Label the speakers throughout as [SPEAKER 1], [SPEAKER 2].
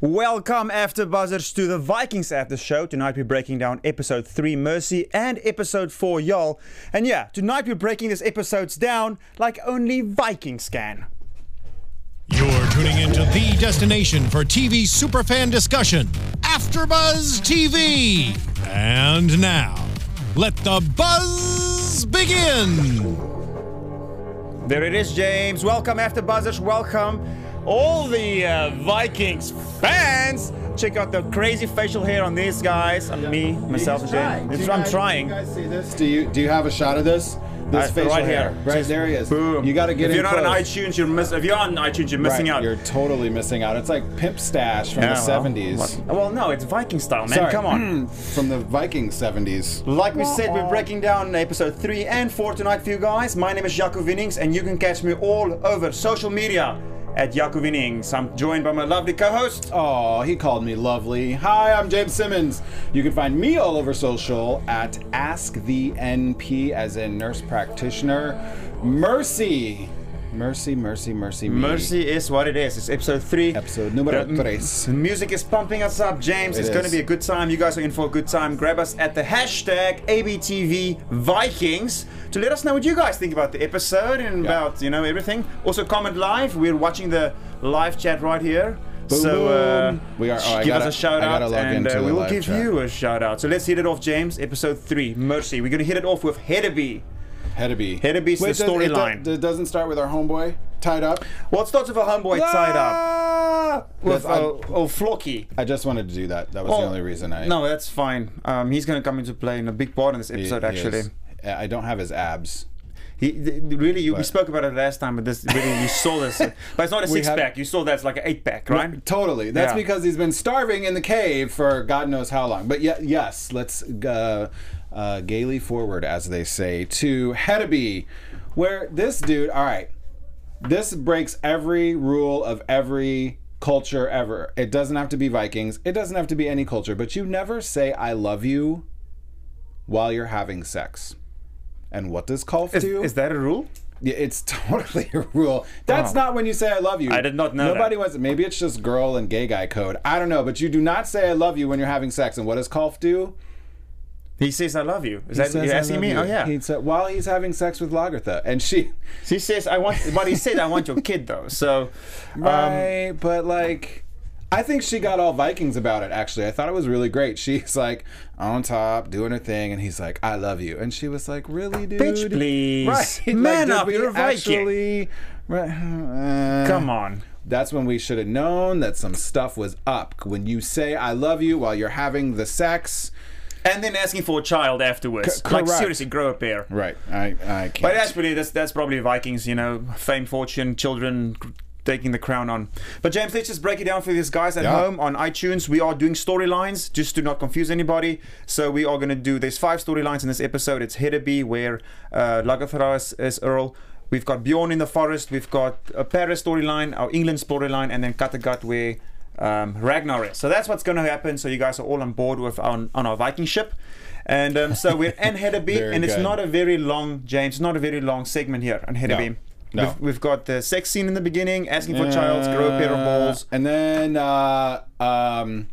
[SPEAKER 1] Welcome, After Buzzers, to the Vikings After Show. Tonight we're breaking down episode 3 Mercy and episode 4 Y'all. And yeah, tonight we're breaking these episodes down like only Vikings can.
[SPEAKER 2] You're tuning into the destination for TV superfan discussion, AfterBuzz TV. And now, let the buzz begin.
[SPEAKER 1] There it is, James. Welcome, After Buzzers. Welcome, all the uh, Vikings fans. Check out the crazy facial hair on these guys. On me, myself, and
[SPEAKER 3] He's trying.
[SPEAKER 1] James.
[SPEAKER 3] Do
[SPEAKER 1] It's-
[SPEAKER 3] you
[SPEAKER 1] I'm
[SPEAKER 3] guys-
[SPEAKER 1] trying.
[SPEAKER 3] Do you guys see this? Do you do you have a shot of this? This
[SPEAKER 1] Uh,
[SPEAKER 3] facial
[SPEAKER 1] right
[SPEAKER 3] hair.
[SPEAKER 1] here.
[SPEAKER 3] Right
[SPEAKER 1] Just
[SPEAKER 3] there he is.
[SPEAKER 1] boom.
[SPEAKER 3] You got to get
[SPEAKER 1] If
[SPEAKER 3] in
[SPEAKER 1] you're not
[SPEAKER 3] close.
[SPEAKER 1] on iTunes, you're miss- If you're on iTunes, you're
[SPEAKER 3] Right,
[SPEAKER 1] missing out.
[SPEAKER 3] You're totally missing out. It's like pimp stash from
[SPEAKER 1] Yeah,
[SPEAKER 3] the
[SPEAKER 1] well,
[SPEAKER 3] 70s.
[SPEAKER 1] what- Well, no, it's Viking style, man.
[SPEAKER 3] Sorry,
[SPEAKER 1] Come on.
[SPEAKER 3] from the Viking 70s.
[SPEAKER 1] Like we said, we're breaking down episode 3 and 4 tonight for you guys. My name is Jaco Winnings, and you can catch me all over social media at Jaco Winnings. I'm joined by my lovely co host.
[SPEAKER 3] Oh, he called me lovely. Hi, I'm James Simmons. You can find me all over social at Ask the NP, as in nurse practitioner. Mercy, mercy, mercy, mercy, me.
[SPEAKER 1] Mercy is what it is. It's episode 3.
[SPEAKER 3] Episode numero
[SPEAKER 1] The m-
[SPEAKER 3] tres.
[SPEAKER 1] The music is pumping us up, James.
[SPEAKER 3] It
[SPEAKER 1] it's going to
[SPEAKER 3] is.
[SPEAKER 1] be a good time. You guys are in for a good time. Grab us at the hashtag ABTV Vikings to let us know what you guys think about the episode and
[SPEAKER 3] Yeah.
[SPEAKER 1] about, you know, everything. Also, comment live. We're watching the live chat right here.
[SPEAKER 3] Boom,
[SPEAKER 1] so uh,
[SPEAKER 3] boom. We are- oh, I
[SPEAKER 1] give
[SPEAKER 3] gotta-
[SPEAKER 1] us a shout
[SPEAKER 3] I
[SPEAKER 1] out
[SPEAKER 3] gotta log
[SPEAKER 1] and
[SPEAKER 3] into
[SPEAKER 1] uh,
[SPEAKER 3] the
[SPEAKER 1] we will
[SPEAKER 3] live
[SPEAKER 1] give
[SPEAKER 3] chat.
[SPEAKER 1] you a shout out. So let's hit it off, James. Episode 3, Mercy. We're going to hit it off with Hedeby.
[SPEAKER 3] Hedeby.
[SPEAKER 1] Hedeby's the
[SPEAKER 3] Wait, does- it do-
[SPEAKER 1] storyline.
[SPEAKER 3] It doesn't start with our homeboy tied up.
[SPEAKER 1] Well, it starts with a homeboy tied up.
[SPEAKER 3] up.
[SPEAKER 1] With oh,
[SPEAKER 3] uh,
[SPEAKER 1] oh, Flocky.
[SPEAKER 3] I just wanted to do that. That was the
[SPEAKER 1] Oh,
[SPEAKER 3] only reason I.
[SPEAKER 1] No, that's fine. Um, he's going to come into play in a big part in this
[SPEAKER 3] he-
[SPEAKER 1] episode.
[SPEAKER 3] he
[SPEAKER 1] actually,
[SPEAKER 3] is- I don't have his abs.
[SPEAKER 1] he th- really you, we
[SPEAKER 3] But-
[SPEAKER 1] spoke about it last time, but this really you saw this, but it's not a
[SPEAKER 3] We
[SPEAKER 1] six
[SPEAKER 3] have-
[SPEAKER 1] pack. You saw that's like an eight pack, right?
[SPEAKER 3] Totally. That's
[SPEAKER 1] Yeah.
[SPEAKER 3] because he's been starving in the cave for God knows how long. But yeah, yes, let's uh, uh, gaily forward, as they say, to Hedeby, where this dude. All right, this breaks every rule of every culture ever. It doesn't have to be Vikings. It doesn't have to be any culture. But you never say "I love you" while you're having sex. And what does Kolf
[SPEAKER 1] Is,
[SPEAKER 3] do?
[SPEAKER 1] is that a rule?
[SPEAKER 3] Yeah, it's totally a rule. That's
[SPEAKER 1] Oh.
[SPEAKER 3] not when you say I love you.
[SPEAKER 1] I did not know
[SPEAKER 3] Nobody
[SPEAKER 1] that.
[SPEAKER 3] was. Maybe it's just girl and gay guy code. I don't know, but you do not say I love you when you're having sex. And what does Kolf do?
[SPEAKER 1] He says I love you. Is
[SPEAKER 3] He
[SPEAKER 1] that
[SPEAKER 3] says,
[SPEAKER 1] you
[SPEAKER 3] "I
[SPEAKER 1] asking
[SPEAKER 3] love
[SPEAKER 1] me?
[SPEAKER 3] you."
[SPEAKER 1] Oh yeah.
[SPEAKER 3] He said while he's having sex with Lagertha, and she.
[SPEAKER 1] He says I want, but he said I want your kid though. So, um,
[SPEAKER 3] Right, but like. I think she got all Vikings about it, actually. I thought it was really great. She's like on top, doing her thing, and he's like, I love you. And she was like, Really, dude?
[SPEAKER 1] bitch, please,
[SPEAKER 3] Right. like,
[SPEAKER 1] man
[SPEAKER 3] did
[SPEAKER 1] up.
[SPEAKER 3] we
[SPEAKER 1] You're a Viking.
[SPEAKER 3] actually, right, uh,
[SPEAKER 1] Come on.
[SPEAKER 3] That's when we should have known that some stuff was up. When you say "I love you" while you're having the sex,
[SPEAKER 1] And then asking for a child afterwards.
[SPEAKER 3] C-
[SPEAKER 1] like
[SPEAKER 3] correct.
[SPEAKER 1] seriously, grow a pair.
[SPEAKER 3] right? I I can't.
[SPEAKER 1] But that's pretty. That's that's probably Vikings. You know, fame, fortune, children cr- taking the crown on. But James, let's just break it down for these guys at
[SPEAKER 3] Yeah.
[SPEAKER 1] home on iTunes. We are doing storylines just to not confuse anybody. So we are going to do. There's five storylines in this episode. It's Hedeby, where uh, Lagathra is, is Earl. We've got Bjorn in the forest. We've got a Paris storyline, our England storyline, and then Kattegat where um, Ragnar is. So that's what's going to happen. So you guys are all on board with on, on our Viking ship, and um, so we're in Hedeby,
[SPEAKER 3] Very
[SPEAKER 1] and it's
[SPEAKER 3] good.
[SPEAKER 1] not not a very long, James. It's not a very long segment here on Header
[SPEAKER 3] No.
[SPEAKER 1] Beam.
[SPEAKER 3] No.
[SPEAKER 1] We've, we've got the sex scene in the beginning, asking for childs, grow a
[SPEAKER 3] Uh,
[SPEAKER 1] pair of balls.
[SPEAKER 3] and then uh, um,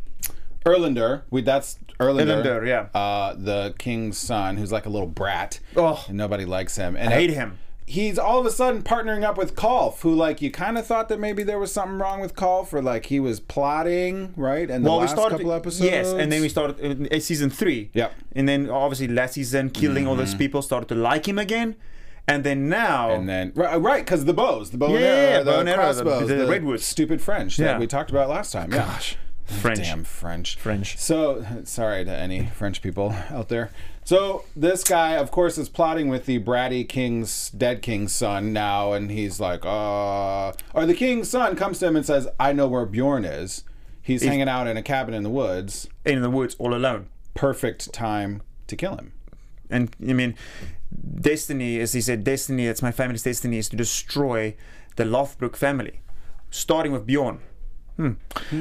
[SPEAKER 3] Erlander. We that's Erlander.
[SPEAKER 1] Erlander, yeah.
[SPEAKER 3] Uh, the king's son, who's like a little brat.
[SPEAKER 1] Oh.
[SPEAKER 3] and nobody likes him. And
[SPEAKER 1] I hate him.
[SPEAKER 3] He's all of a sudden partnering up with Kolf, who like you kind of thought that maybe there was something wrong with Kolf, or like he was plotting, right? And the
[SPEAKER 1] Well, we
[SPEAKER 3] last
[SPEAKER 1] started
[SPEAKER 3] couple episodes,
[SPEAKER 1] yes, and then we started in, in season three.
[SPEAKER 3] Yep. Mm-hmm.
[SPEAKER 1] and then obviously last season, killing all those people started to like him again, and then now
[SPEAKER 3] And then right, right, because the bows, the bow and
[SPEAKER 1] Yeah,
[SPEAKER 3] arrow, the
[SPEAKER 1] bow and arrow, the-
[SPEAKER 3] crossbows,
[SPEAKER 1] the redwoods.
[SPEAKER 3] stupid French
[SPEAKER 1] Yeah.
[SPEAKER 3] that we talked about last time. Gosh,
[SPEAKER 1] French.
[SPEAKER 3] damn French,
[SPEAKER 1] French.
[SPEAKER 3] So sorry to any French people out there. So this guy, of course, is plotting with the bratty king's dead king's son now, and he's like, uh, or the king's son comes to him and says, "I know where Bjorn is. He's hanging out in a cabin in the woods.
[SPEAKER 1] in the woods all alone.
[SPEAKER 3] Perfect time to kill him."
[SPEAKER 1] and I mean, destiny, as he said, destiny. That's my family's destiny is to destroy the Lothbrok family, starting with Bjorn. Hmm.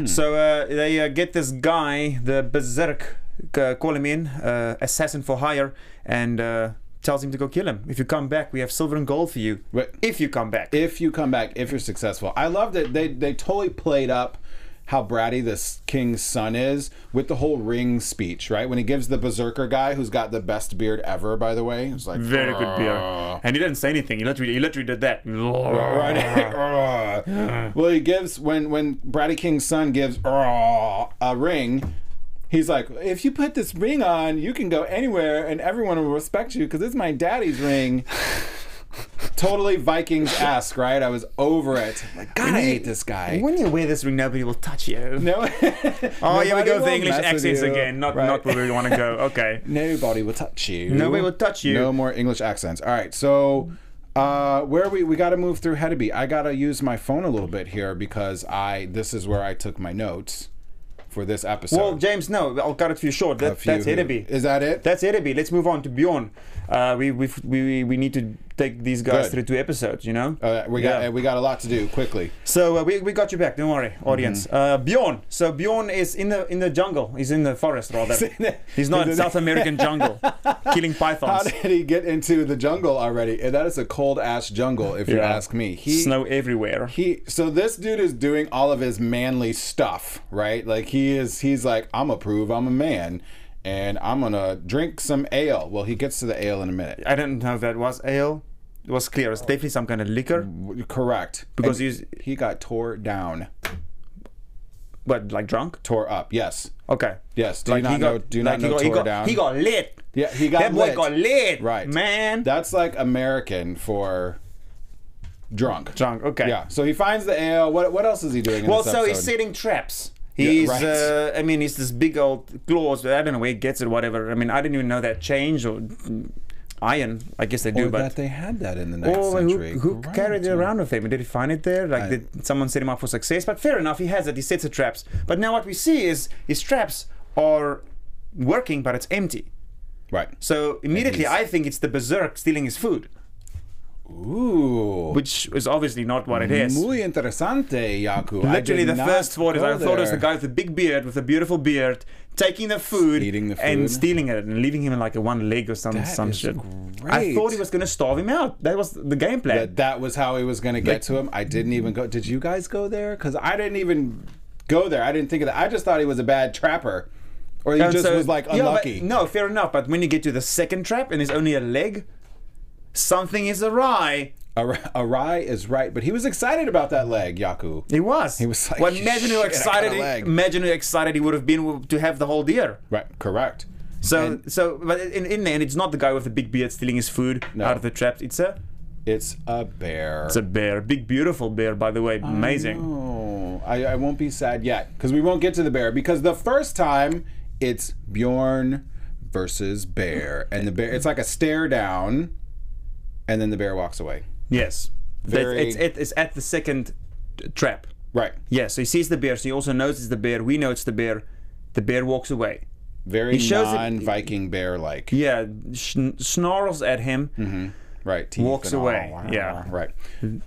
[SPEAKER 1] So uh, they uh, get this guy, the berserk, uh, call him in, uh, assassin for hire, and uh, tells him to go kill him. If you come back, we have silver and gold for you.
[SPEAKER 3] Right.
[SPEAKER 1] If you come back,
[SPEAKER 3] if you come back, if you're successful. I love that they they totally played up how bratty this king's son is with the whole ring speech, right? When he gives the berserker guy who's got the best beard ever, by the way, it's like
[SPEAKER 1] Very good beer. And he didn't say anything. He literally, he literally did that.
[SPEAKER 3] right? well, he gives when when Braddy King's son gives a ring. He's like, if you put this ring on, you can go anywhere and everyone will respect you because it's my daddy's ring. totally Vikings esque, right? I was over it. I'm like, God, I hate this guy.
[SPEAKER 1] When you wear this ring, nobody will touch you.
[SPEAKER 3] No.
[SPEAKER 1] Oh, here we go with the English accents again. Not, not where we want to go. Okay.
[SPEAKER 3] Nobody will touch you.
[SPEAKER 1] Nobody will touch you.
[SPEAKER 3] No more English accents. All right, so uh, where we we got to move through Hedeby. I got to use my phone a little bit here because I this is where I took my notes for this episode.
[SPEAKER 1] Well, James, no, I'll cut it for you short. That,
[SPEAKER 3] A few
[SPEAKER 1] that's
[SPEAKER 3] who-
[SPEAKER 1] Hidaby.
[SPEAKER 3] Is that it?
[SPEAKER 1] That's Hidaby. Let's move on to Bjorn. Uh, we, we've, we we need to take these guys
[SPEAKER 3] Good.
[SPEAKER 1] through two episodes, you know?
[SPEAKER 3] uh, we got
[SPEAKER 1] Yeah.
[SPEAKER 3] uh, we got a lot to do quickly.
[SPEAKER 1] So uh, we, we got you back. Don't worry, audience.
[SPEAKER 3] Mm-hmm.
[SPEAKER 1] Uh, Bjorn. So Bjorn is in the in the jungle. He's in the forest rather. He's not in South American jungle, killing
[SPEAKER 3] How
[SPEAKER 1] pythons.
[SPEAKER 3] did he get into the jungle already? And that is a cold ass jungle, if you
[SPEAKER 1] Yeah.
[SPEAKER 3] ask me. He
[SPEAKER 1] Snow everywhere.
[SPEAKER 3] he so this dude is doing all of his manly stuff right like he is he's like i'm a prove i'm a man and i'm gonna drink some ale well he gets to the ale in a minute
[SPEAKER 1] I don't know if that was ale. It was clear. It's definitely some kind of liquor,
[SPEAKER 3] Mm, W- correct
[SPEAKER 1] Because
[SPEAKER 3] And
[SPEAKER 1] he's-
[SPEAKER 3] he got tore down
[SPEAKER 1] but like drunk.
[SPEAKER 3] tore up yes
[SPEAKER 1] Okay.
[SPEAKER 3] yes do you not know do you not know
[SPEAKER 1] he got, he
[SPEAKER 3] tore
[SPEAKER 1] got,
[SPEAKER 3] down
[SPEAKER 1] He got lit.
[SPEAKER 3] yeah he got
[SPEAKER 1] that boy
[SPEAKER 3] lit.
[SPEAKER 1] got lit.
[SPEAKER 3] right
[SPEAKER 1] man.
[SPEAKER 3] that's like american for drunk
[SPEAKER 1] drunk. Okay.
[SPEAKER 3] yeah so he finds the ale what what else is he doing in
[SPEAKER 1] Well,
[SPEAKER 3] this
[SPEAKER 1] so he's
[SPEAKER 3] episode?
[SPEAKER 1] setting traps. He's,
[SPEAKER 3] right.
[SPEAKER 1] uh, I mean, he's this big old claws. I don't know where he gets it, whatever. I mean, I didn't even know that change or mm, iron. I guess they do,
[SPEAKER 3] Or that
[SPEAKER 1] but.
[SPEAKER 3] they had that in the next
[SPEAKER 1] Oh, who,
[SPEAKER 3] century
[SPEAKER 1] who
[SPEAKER 3] Right.
[SPEAKER 1] carried it around with him? Did he find it there? Like,
[SPEAKER 3] I-
[SPEAKER 1] did someone set him up for success? But fair enough, he has it. He sets the traps. But now what we see is his traps are working, but it's empty.
[SPEAKER 3] right
[SPEAKER 1] So immediately, I think it's the berserk stealing his food,
[SPEAKER 3] Ooh.
[SPEAKER 1] which is obviously not what it is.
[SPEAKER 3] Muy interesante, Yaku. I
[SPEAKER 1] Literally,
[SPEAKER 3] did
[SPEAKER 1] the
[SPEAKER 3] not
[SPEAKER 1] first thought is I
[SPEAKER 3] go
[SPEAKER 1] thought it was the
[SPEAKER 3] there.
[SPEAKER 1] guy with the big beard, with a beautiful beard, taking the food,
[SPEAKER 3] Eating the
[SPEAKER 1] and
[SPEAKER 3] food.
[SPEAKER 1] stealing it, and leaving him in like a one leg or some
[SPEAKER 3] That
[SPEAKER 1] some
[SPEAKER 3] is
[SPEAKER 1] shit. I
[SPEAKER 3] great.
[SPEAKER 1] thought he was gonna starve him out. That was the game plan.
[SPEAKER 3] That, that was how he was going to get to him. I didn't even go. Did you guys go there? Because I didn't even go there. I didn't think of that. I just thought he was a bad trapper. Or he
[SPEAKER 1] And
[SPEAKER 3] just
[SPEAKER 1] so-
[SPEAKER 3] was like
[SPEAKER 1] yeah, but-
[SPEAKER 3] unlucky.
[SPEAKER 1] no, fair enough. But when you get to the second trap and there's only a leg, something is awry.
[SPEAKER 3] Ar- Arai is right. But he was excited about that leg, Yaku.
[SPEAKER 1] He was. He
[SPEAKER 3] was like,
[SPEAKER 1] well, imagine how
[SPEAKER 3] "Shit, I got
[SPEAKER 1] excited,
[SPEAKER 3] a
[SPEAKER 1] he,
[SPEAKER 3] leg."
[SPEAKER 1] imagine how excited he would have been to have the whole deer.
[SPEAKER 3] Right. Correct.
[SPEAKER 1] So, so, but in, in the end, it's not the guy with the big beard stealing his food out of the traps. It's a,
[SPEAKER 3] It's a bear.
[SPEAKER 1] it's a bear, big beautiful bear, by the way, amazing.
[SPEAKER 3] Oh, I, I won't be sad yet because we won't get to the bear because the first time it's Bjorn versus bear and the bear it's like a stare down and then the bear walks away.
[SPEAKER 1] Yes, That-
[SPEAKER 3] Very-
[SPEAKER 1] it's it- it's at the second t- trap.
[SPEAKER 3] Right.
[SPEAKER 1] Yeah, so he sees the bear, so he also knows it's the bear. We know it's the bear. The bear walks away.
[SPEAKER 3] Very
[SPEAKER 1] shows it-
[SPEAKER 3] non-Viking bear like.
[SPEAKER 1] Yeah, schn snarls at him.
[SPEAKER 3] Mm-hmm. Right. teeth
[SPEAKER 1] Walks
[SPEAKER 3] and all.
[SPEAKER 1] away, yeah.
[SPEAKER 3] Right.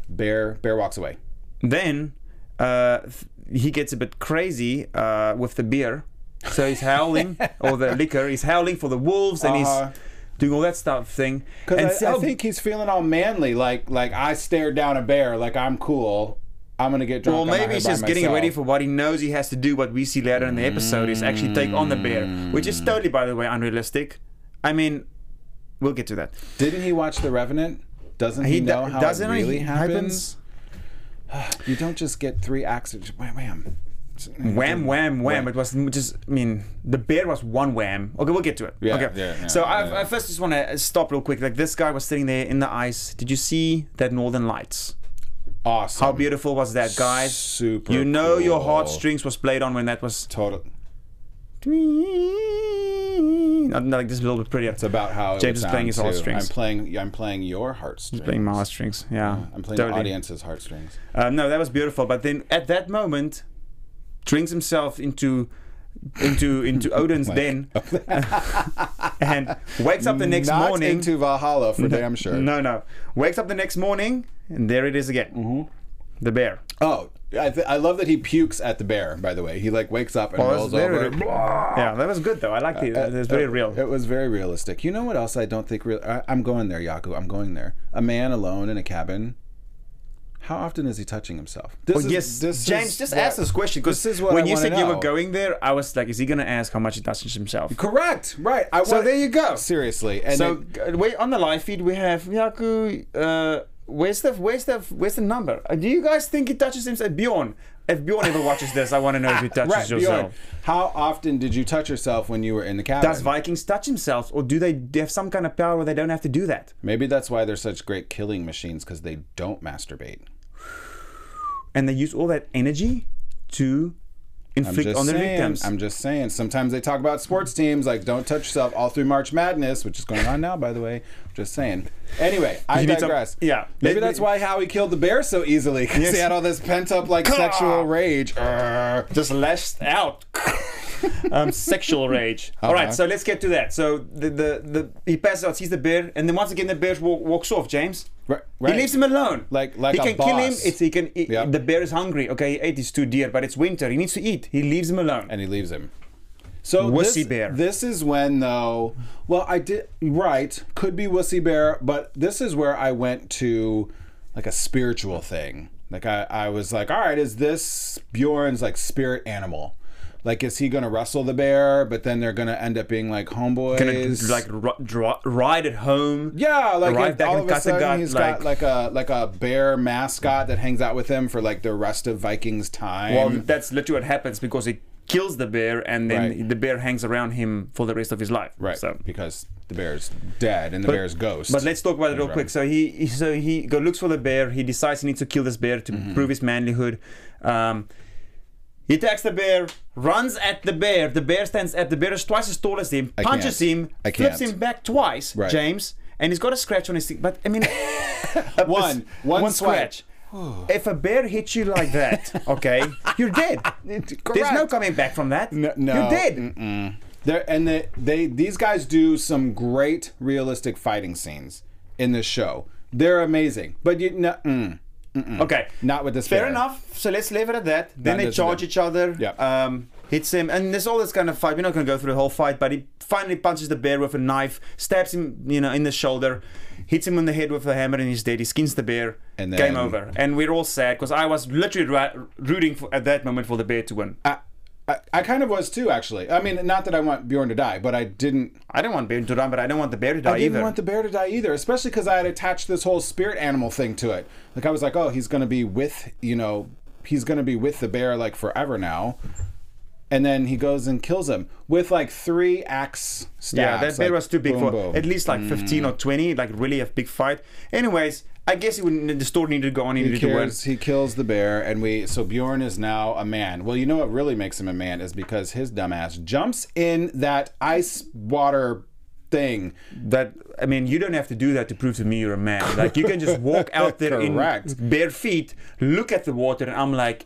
[SPEAKER 3] Bear bear walks away.
[SPEAKER 1] Then uh, th- he gets a bit crazy uh, with the beer. So he's howling, or the liquor, he's howling for the wolves and
[SPEAKER 3] Uh-huh.
[SPEAKER 1] he's doing all that stuff thing.
[SPEAKER 3] Cuz
[SPEAKER 1] And
[SPEAKER 3] I,
[SPEAKER 1] so-
[SPEAKER 3] I think he's feeling all manly like like I stared down a bear like I'm cool. I'm going to get drunk.
[SPEAKER 1] Well,
[SPEAKER 3] I'm out
[SPEAKER 1] maybe
[SPEAKER 3] here
[SPEAKER 1] he's
[SPEAKER 3] by
[SPEAKER 1] just getting
[SPEAKER 3] myself.
[SPEAKER 1] ready for what he knows he has to do. What we see later in the episode is actually take on the bear, which is totally, by the way, unrealistic. I mean, we'll get to that.
[SPEAKER 3] Didn't he watch The Revenant? Doesn't he,
[SPEAKER 1] He do-
[SPEAKER 3] know how
[SPEAKER 1] doesn't
[SPEAKER 3] it
[SPEAKER 1] he-
[SPEAKER 3] really
[SPEAKER 1] he
[SPEAKER 3] happens? you don't just get three acts. of just Wham, wham.
[SPEAKER 1] Wham, wham, wham! It was just, I mean, the bear was one wham. Okay, we'll get to it.
[SPEAKER 3] Yeah,
[SPEAKER 1] okay.
[SPEAKER 3] yeah, yeah,
[SPEAKER 1] so I,
[SPEAKER 3] yeah.
[SPEAKER 1] I first just want to stop real quick. Like this guy was sitting there in the ice. Did you see that northern lights?
[SPEAKER 3] Awesome.
[SPEAKER 1] How beautiful was that, guys?
[SPEAKER 3] Super
[SPEAKER 1] You know your
[SPEAKER 3] cool.
[SPEAKER 1] heartstrings was played on when that was.
[SPEAKER 3] Total.
[SPEAKER 1] Not, not like this, a little bit prettier.
[SPEAKER 3] It's about how it
[SPEAKER 1] James
[SPEAKER 3] would
[SPEAKER 1] is playing
[SPEAKER 3] sound,
[SPEAKER 1] his
[SPEAKER 3] too.
[SPEAKER 1] heartstrings.
[SPEAKER 3] I'm playing. I'm playing your heartstrings.
[SPEAKER 1] playing my heartstrings. Yeah.
[SPEAKER 3] I'm playing the
[SPEAKER 1] Totally.
[SPEAKER 3] audience's heartstrings.
[SPEAKER 1] Uh, no, that was beautiful. But then at that moment, drinks himself into into into Odin's den, and wakes up the next
[SPEAKER 3] Not
[SPEAKER 1] morning.
[SPEAKER 3] into Valhalla for damn sure.
[SPEAKER 1] no, no, wakes up the next morning, and there it is again.
[SPEAKER 3] Mm-hmm.
[SPEAKER 1] The bear.
[SPEAKER 3] Oh, I, th- I love that he pukes at the bear. By the way, he like wakes up and rolls
[SPEAKER 1] there
[SPEAKER 3] over. Uh,
[SPEAKER 1] it is. Yeah, that was good though. I liked it. It was very real.
[SPEAKER 3] It was very realistic. You know what else I don't think real? I, I'm going there, Yaku. I'm going there. A man alone in a cabin How often is he touching himself? This
[SPEAKER 1] Well,
[SPEAKER 3] is-
[SPEAKER 1] Oh, yes,
[SPEAKER 3] this
[SPEAKER 1] James,
[SPEAKER 3] is
[SPEAKER 1] just
[SPEAKER 3] what-
[SPEAKER 1] ask this question because
[SPEAKER 3] this is what
[SPEAKER 1] when
[SPEAKER 3] I
[SPEAKER 1] you
[SPEAKER 3] wanna
[SPEAKER 1] said you were
[SPEAKER 3] know.
[SPEAKER 1] going there, I was like, is he going to ask how much he touches himself?
[SPEAKER 3] Correct. Right. I
[SPEAKER 1] So
[SPEAKER 3] want-
[SPEAKER 1] there you go.
[SPEAKER 3] Seriously. And
[SPEAKER 1] So
[SPEAKER 3] it-
[SPEAKER 1] g- wait on the live feed we have Yaku. Uh, where's the where's the where's the number? Uh, Do you guys think he touches himself? Bjorn, if Bjorn ever watches this, I want to know if he touches
[SPEAKER 3] right, Bjorn,
[SPEAKER 1] yourself.
[SPEAKER 3] how often did you touch yourself when you were in the cabin?
[SPEAKER 1] Does Vikings touch themselves, or do they they have some kind of power where they don't have to do that?
[SPEAKER 3] Maybe that's why they're such great killing machines because they don't masturbate.
[SPEAKER 1] And they use all that energy to inflict on their
[SPEAKER 3] saying,
[SPEAKER 1] victims.
[SPEAKER 3] I'm just saying. Sometimes they talk about sports teams like don't touch yourself all through March Madness, which is going on now, by the way. Just saying. Anyway, I
[SPEAKER 1] You need some-
[SPEAKER 3] digress.
[SPEAKER 1] yeah.
[SPEAKER 3] Maybe
[SPEAKER 1] Maybe-
[SPEAKER 3] that's why Howie killed the bear so easily because
[SPEAKER 1] Yes.
[SPEAKER 3] he had all this pent up like sexual rage. Urgh.
[SPEAKER 1] just lashed out. um, sexual rage. All right, so let's get to that. So the, the the he passes out, sees the bear, and then once again the bear walk, walks off. James,
[SPEAKER 3] Right- right.
[SPEAKER 1] he leaves him alone.
[SPEAKER 3] Like- like
[SPEAKER 1] he can
[SPEAKER 3] a
[SPEAKER 1] kill him.
[SPEAKER 3] boss.
[SPEAKER 1] It's he can. he-
[SPEAKER 3] Yep.
[SPEAKER 1] The bear is hungry. Okay, he ate his two deer, but it's winter. He needs to eat. He leaves him alone.
[SPEAKER 3] and he leaves him. So
[SPEAKER 1] Wussy
[SPEAKER 3] this,
[SPEAKER 1] bear.
[SPEAKER 3] This is when though. Well, I did right. Could be wussy bear, but this is where I went to like a spiritual thing. Like I, I was like, all right, is this Bjorn's like spirit animal? Like, is he gonna wrestle the bear? But then they're gonna end up being like homeboys.
[SPEAKER 1] Gonna like ri- dri- ride it home.
[SPEAKER 3] Yeah, like
[SPEAKER 1] Arrive
[SPEAKER 3] if
[SPEAKER 1] back
[SPEAKER 3] all
[SPEAKER 1] in
[SPEAKER 3] of a sudden
[SPEAKER 1] Kattegat,
[SPEAKER 3] he's
[SPEAKER 1] like-
[SPEAKER 3] got like a like a bear mascot that hangs out with him for like the rest of Vikings time.
[SPEAKER 1] Well, that's literally what happens because he kills the bear, and then
[SPEAKER 3] Right.
[SPEAKER 1] the bear hangs around him for the rest of his life.
[SPEAKER 3] right,
[SPEAKER 1] So
[SPEAKER 3] because the bear's dead and the bear's ghost.
[SPEAKER 1] But let's talk about it real
[SPEAKER 3] Right.
[SPEAKER 1] quick. So he, he- so he go looks for the bear. He decides he needs to kill this bear to
[SPEAKER 3] Mm-hmm.
[SPEAKER 1] prove his manlyhood. Um, he attacks the bear, runs at the bear. The bear stands up. The bear is twice as tall as him. punches
[SPEAKER 3] can't.
[SPEAKER 1] him.
[SPEAKER 3] I
[SPEAKER 1] flips
[SPEAKER 3] can't.
[SPEAKER 1] him back twice.
[SPEAKER 3] Right.
[SPEAKER 1] James, and he's got a scratch on his. Thing. But I mean,
[SPEAKER 3] One. One swipe.
[SPEAKER 1] scratch. If a bear hits you like that, okay, you're dead. There's no
[SPEAKER 3] correct.
[SPEAKER 1] coming back from that.
[SPEAKER 3] No, no. Mm.
[SPEAKER 1] you're dead.
[SPEAKER 3] Mm-mm. There and they, they these guys do some great realistic fighting scenes in this show. They're amazing, but you no, mm,
[SPEAKER 1] Okay,
[SPEAKER 3] not with this.
[SPEAKER 1] Fair
[SPEAKER 3] bear.
[SPEAKER 1] enough. So let's leave it at that. Then
[SPEAKER 3] That
[SPEAKER 1] they
[SPEAKER 3] is
[SPEAKER 1] charge
[SPEAKER 3] good.
[SPEAKER 1] each other.
[SPEAKER 3] Yeah.
[SPEAKER 1] Um, hits him, and there's all this kind of fight. We're not going to go through the whole fight, but he finally punches the bear with a knife, stabs him, you know, in the shoulder, hits him on the head with a hammer, and he's dead. He skins the bear.
[SPEAKER 3] And
[SPEAKER 1] game
[SPEAKER 3] then-
[SPEAKER 1] over. And we're all sad because I was literally ra- rooting for, at that moment for the bear to win. I,
[SPEAKER 3] I, I, I kind of was too, actually. I mean, not that I want Bjorn to die, but I didn't.
[SPEAKER 1] don't want bear to run, but I don't want the bear to die
[SPEAKER 3] I didn't
[SPEAKER 1] either.
[SPEAKER 3] want the bear to die either, especially because I had attached this whole spirit animal thing to it. Like I was like, oh, he's gonna be with you know, he's gonna be with the bear like forever now. And then he goes and kills him with like three axe stabs.
[SPEAKER 1] yeah, that bear
[SPEAKER 3] like,
[SPEAKER 1] was too big
[SPEAKER 3] boom,
[SPEAKER 1] for
[SPEAKER 3] boom. Mm.
[SPEAKER 1] at least like 15 or 20, like really a big fight. Anyways, I guess it would, the story needed to go on. He
[SPEAKER 3] he
[SPEAKER 1] needed to win.
[SPEAKER 3] cares, he kills the bear, and we. So Bjorn is now a man. Well, you know what really makes him a man is because his dumbass jumps in that ice water thing.
[SPEAKER 1] that I mean, you don't have to do that to prove to me you're a man. Like you can just walk out there in
[SPEAKER 3] Correct.
[SPEAKER 1] bare feet, look at the water, and I'm like,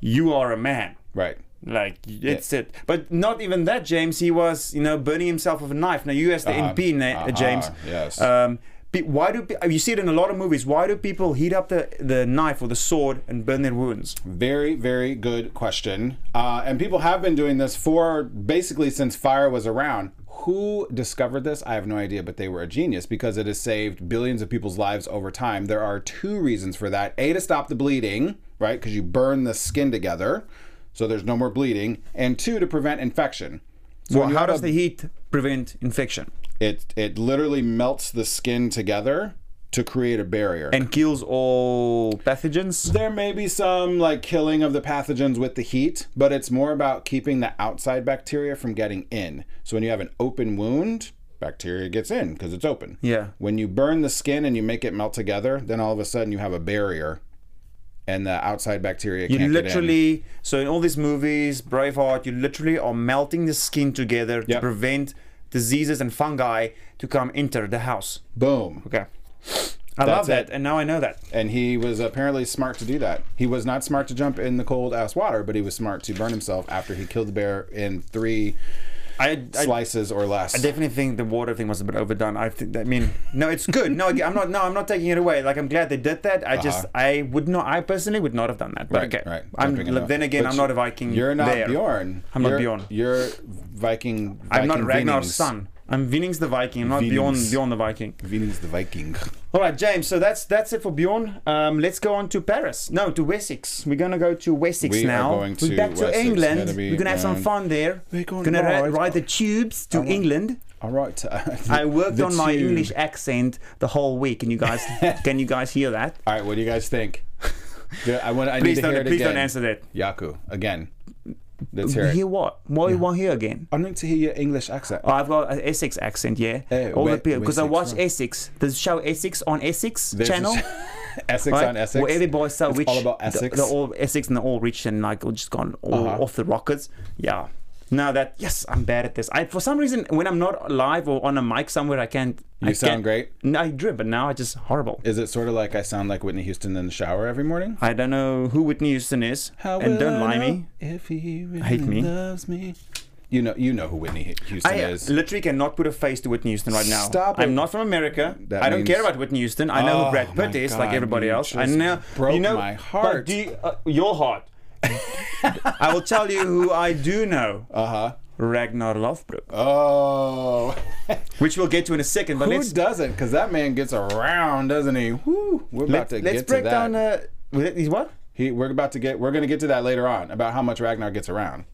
[SPEAKER 1] you are a man.
[SPEAKER 3] Right.
[SPEAKER 1] Like it's it. But not even that, James. He was, you know, burning himself with a knife. Now you as the MP, na-
[SPEAKER 3] uh-huh,
[SPEAKER 1] James.
[SPEAKER 3] yes.
[SPEAKER 1] Um, pe- why do pe- you see it in a lot of movies? Why do people heat up the, the knife or the sword and burn their wounds?
[SPEAKER 3] Very, very good question. Uh, and people have been doing this for basically since fire was around. Who discovered this? I have no idea, but they were a genius because it has saved billions of people's lives over time. There are two reasons for that A, to stop the bleeding, right? Because you burn the skin together, so there's no more bleeding. And two, to prevent infection.
[SPEAKER 1] Well,
[SPEAKER 3] So when you
[SPEAKER 1] how
[SPEAKER 3] have
[SPEAKER 1] does
[SPEAKER 3] a-
[SPEAKER 1] the heat prevent infection
[SPEAKER 3] it, it literally melts the skin together to create a barrier.
[SPEAKER 1] and kills all pathogens?
[SPEAKER 3] There may be some like killing of the pathogens with the heat, but it's more about keeping the outside bacteria from getting in. So when you have an open wound, bacteria gets in because it's open.
[SPEAKER 1] Yeah.
[SPEAKER 3] When you burn the skin and you make it melt together, then all of a sudden you have a barrier and the outside bacteria
[SPEAKER 1] You
[SPEAKER 3] can't get in.
[SPEAKER 1] literally, so in all these movies, Braveheart, you literally are melting the skin together to
[SPEAKER 3] Yep.
[SPEAKER 1] prevent diseases and fungi to come enter the house.
[SPEAKER 3] Boom.
[SPEAKER 1] Okay. I love that, and now I know that.
[SPEAKER 3] And he was apparently smart to do that. He was not smart to jump in the cold ass water, but he was smart to burn himself after he killed the bear in three
[SPEAKER 1] I, I
[SPEAKER 3] slices or less.
[SPEAKER 1] definitely think the water thing was a bit overdone. I think, I mean, no, it's good. No, I'm not. No, I'm not taking it away. Like I'm glad they did that. I just, I would not. I personally would not have done that. But
[SPEAKER 3] Uh-huh. Right,
[SPEAKER 1] okay.
[SPEAKER 3] right.
[SPEAKER 1] I'm.
[SPEAKER 3] Jumping in a-
[SPEAKER 1] Then again,
[SPEAKER 3] but
[SPEAKER 1] I'm not a Viking.
[SPEAKER 3] You're not
[SPEAKER 1] there.
[SPEAKER 3] Bjorn.
[SPEAKER 1] I'm not
[SPEAKER 3] You're-
[SPEAKER 1] Bjorn.
[SPEAKER 3] You're Viking.
[SPEAKER 1] I'm not
[SPEAKER 3] Viking
[SPEAKER 1] Ragnar's
[SPEAKER 3] Vinnings.
[SPEAKER 1] son. I'm Vinning's the Viking. I'm not Bjorn.
[SPEAKER 3] Vinnings.
[SPEAKER 1] Bjorn the Viking.
[SPEAKER 3] Venus the Viking.
[SPEAKER 1] All right, James. So that's that's it for Bjorn. Um, let's go on to Paris. No, to Wessex. We're gonna go to Wessex
[SPEAKER 3] We are
[SPEAKER 1] now.
[SPEAKER 3] going
[SPEAKER 1] We're
[SPEAKER 3] to
[SPEAKER 1] back to
[SPEAKER 3] Wessex,
[SPEAKER 1] England.
[SPEAKER 3] gonna be
[SPEAKER 1] We're gonna have some
[SPEAKER 3] going-
[SPEAKER 1] fun there.
[SPEAKER 3] We're going
[SPEAKER 1] gonna ri-
[SPEAKER 3] ride-
[SPEAKER 1] ride, the tubes to
[SPEAKER 3] want-
[SPEAKER 1] England.
[SPEAKER 3] All right. uh,
[SPEAKER 1] I worked on my
[SPEAKER 3] tube.
[SPEAKER 1] English accent the whole week, and you guys, can you guys hear that?
[SPEAKER 3] All right. What do you guys think? Yeah, I want. I
[SPEAKER 1] Please
[SPEAKER 3] need to
[SPEAKER 1] don't,
[SPEAKER 3] hear it
[SPEAKER 1] please
[SPEAKER 3] again.
[SPEAKER 1] don't answer that.
[SPEAKER 3] Yaku again. Let's hear it.
[SPEAKER 1] Hear what? Why you want to hear again?
[SPEAKER 3] I need to hear your English accent.
[SPEAKER 1] Oh, I've got an Essex accent, yeah.
[SPEAKER 3] Eh,
[SPEAKER 1] All the
[SPEAKER 3] where-
[SPEAKER 1] people because I
[SPEAKER 3] Wessex,
[SPEAKER 1] watch
[SPEAKER 3] right.
[SPEAKER 1] Essex, the show Essex on Essex
[SPEAKER 3] There's
[SPEAKER 1] channel.
[SPEAKER 3] this- Essex
[SPEAKER 1] right?
[SPEAKER 3] on Essex.
[SPEAKER 1] Where everybody's so
[SPEAKER 3] It's
[SPEAKER 1] rich.
[SPEAKER 3] all about
[SPEAKER 1] th-
[SPEAKER 3] Essex.
[SPEAKER 1] They're all Essex and they're all rich and like all just gone all
[SPEAKER 3] Uh-huh.
[SPEAKER 1] off the rockets. Yeah. Now that yes, I'm bad at this. I for some reason when I'm not live or on a mic somewhere, I can't.
[SPEAKER 3] You
[SPEAKER 1] I
[SPEAKER 3] sound
[SPEAKER 1] can't-
[SPEAKER 3] great.
[SPEAKER 1] No, I do, but now I just horrible.
[SPEAKER 3] Is it sort of like I sound like Whitney Houston in the shower every morning?
[SPEAKER 1] I don't know who Whitney Houston is, and
[SPEAKER 3] will
[SPEAKER 1] don't
[SPEAKER 3] I
[SPEAKER 1] lie
[SPEAKER 3] know
[SPEAKER 1] me.
[SPEAKER 3] If he really
[SPEAKER 1] Hate me.
[SPEAKER 3] loves me. You know, you know who Whitney Houston
[SPEAKER 1] I uh,
[SPEAKER 3] is.
[SPEAKER 1] literally cannot put a face to Whitney Houston right now.
[SPEAKER 3] Stop
[SPEAKER 1] I'm
[SPEAKER 3] it.
[SPEAKER 1] not from America.
[SPEAKER 3] That
[SPEAKER 1] I don't
[SPEAKER 3] means-
[SPEAKER 1] care about Whitney Houston. I know
[SPEAKER 3] Oh
[SPEAKER 1] who Brad Pitt
[SPEAKER 3] my
[SPEAKER 1] is, like
[SPEAKER 3] God,
[SPEAKER 1] everybody
[SPEAKER 3] you
[SPEAKER 1] else. I
[SPEAKER 3] just
[SPEAKER 1] know.
[SPEAKER 3] broke
[SPEAKER 1] you know,
[SPEAKER 3] my
[SPEAKER 1] but
[SPEAKER 3] heart.
[SPEAKER 1] do you- uh, your heart. I will tell you who I do know.
[SPEAKER 3] Uh huh.
[SPEAKER 1] Ragnar Lothbrok, uh,
[SPEAKER 3] Oh.
[SPEAKER 1] which we'll get to in a second. But
[SPEAKER 3] Who
[SPEAKER 1] let's
[SPEAKER 3] doesn't? Because that man gets around, doesn't he? Woo. We're about
[SPEAKER 1] let's,
[SPEAKER 3] to
[SPEAKER 1] let's
[SPEAKER 3] get
[SPEAKER 1] break
[SPEAKER 3] to that.
[SPEAKER 1] down. Uh, wh- what?
[SPEAKER 3] he, we're about to get. We're gonna get to that later on about how much Ragnar gets around.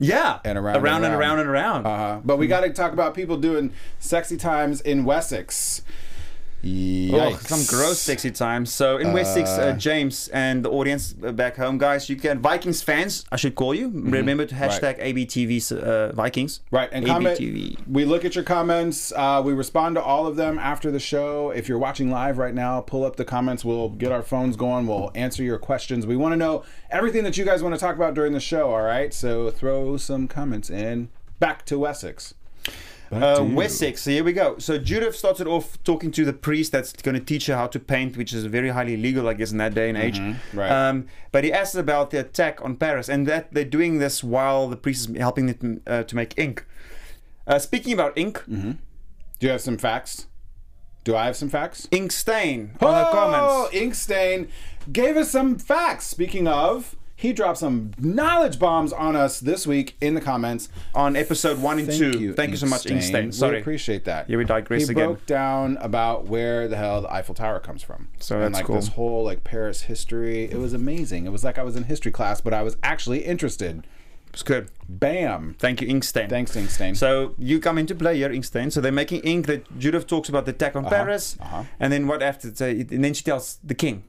[SPEAKER 1] Yeah,
[SPEAKER 3] And around and
[SPEAKER 1] around and
[SPEAKER 3] around.
[SPEAKER 1] around and around.
[SPEAKER 3] Uh huh.
[SPEAKER 1] Hmm.
[SPEAKER 3] But we got to talk about people doing sexy times in Wessex. Yikes.
[SPEAKER 1] Ugh, Oh, some gross sexy times. So in Wessex, uh, James and the audience uh, back home, guys, you can Vikings fans, I should call you. Remember to hashtag ABTV uh, Vikings.
[SPEAKER 3] Right, and comment.
[SPEAKER 1] ABTV.
[SPEAKER 3] We look at your comments. Uh, we respond to all of them after the show. If you're watching live right now, pull up the comments. We'll get our phones going. We'll answer your questions. We want to know everything that you guys want to talk about during the show. All right, so throw some comments in. Back to Wessex. Back
[SPEAKER 1] Uh,
[SPEAKER 3] to you.
[SPEAKER 1] Wessex, so here we go. So Judith started off talking to the priest that's going to teach her how to paint, which is very highly legal, I guess, in that day and age.
[SPEAKER 3] right.
[SPEAKER 1] Um, but he asks about the attack on Paris and that they're doing this while the priest is helping them uh, to make ink. Uh, speaking about ink,
[SPEAKER 3] Do you have some facts? Do I have some facts? Oh,
[SPEAKER 1] ink stain on the comments.
[SPEAKER 3] Ink Stain gave us some facts. Speaking of, he dropped some knowledge bombs on us this week in the comments.
[SPEAKER 1] on episode one and two. Thank you so much, Inkstein.
[SPEAKER 3] We
[SPEAKER 1] Sorry.
[SPEAKER 3] appreciate that.
[SPEAKER 1] Yeah, we digress
[SPEAKER 3] he
[SPEAKER 1] again.
[SPEAKER 3] broke down about where the hell the Eiffel Tower comes from.
[SPEAKER 1] So
[SPEAKER 3] and
[SPEAKER 1] that's
[SPEAKER 3] like
[SPEAKER 1] cool.
[SPEAKER 3] this whole like Paris history. It was amazing. It was like I was in history class, but I was actually interested.
[SPEAKER 1] it's good.
[SPEAKER 3] Bam.
[SPEAKER 1] Thank you, Inkstein.
[SPEAKER 3] Thanks, Ink Stain.
[SPEAKER 1] So you come into play here, Inkstein. So they're making ink that Judith talks about the attack on Paris,
[SPEAKER 3] uh-huh.
[SPEAKER 1] and then what after? So it- and then she tells the king,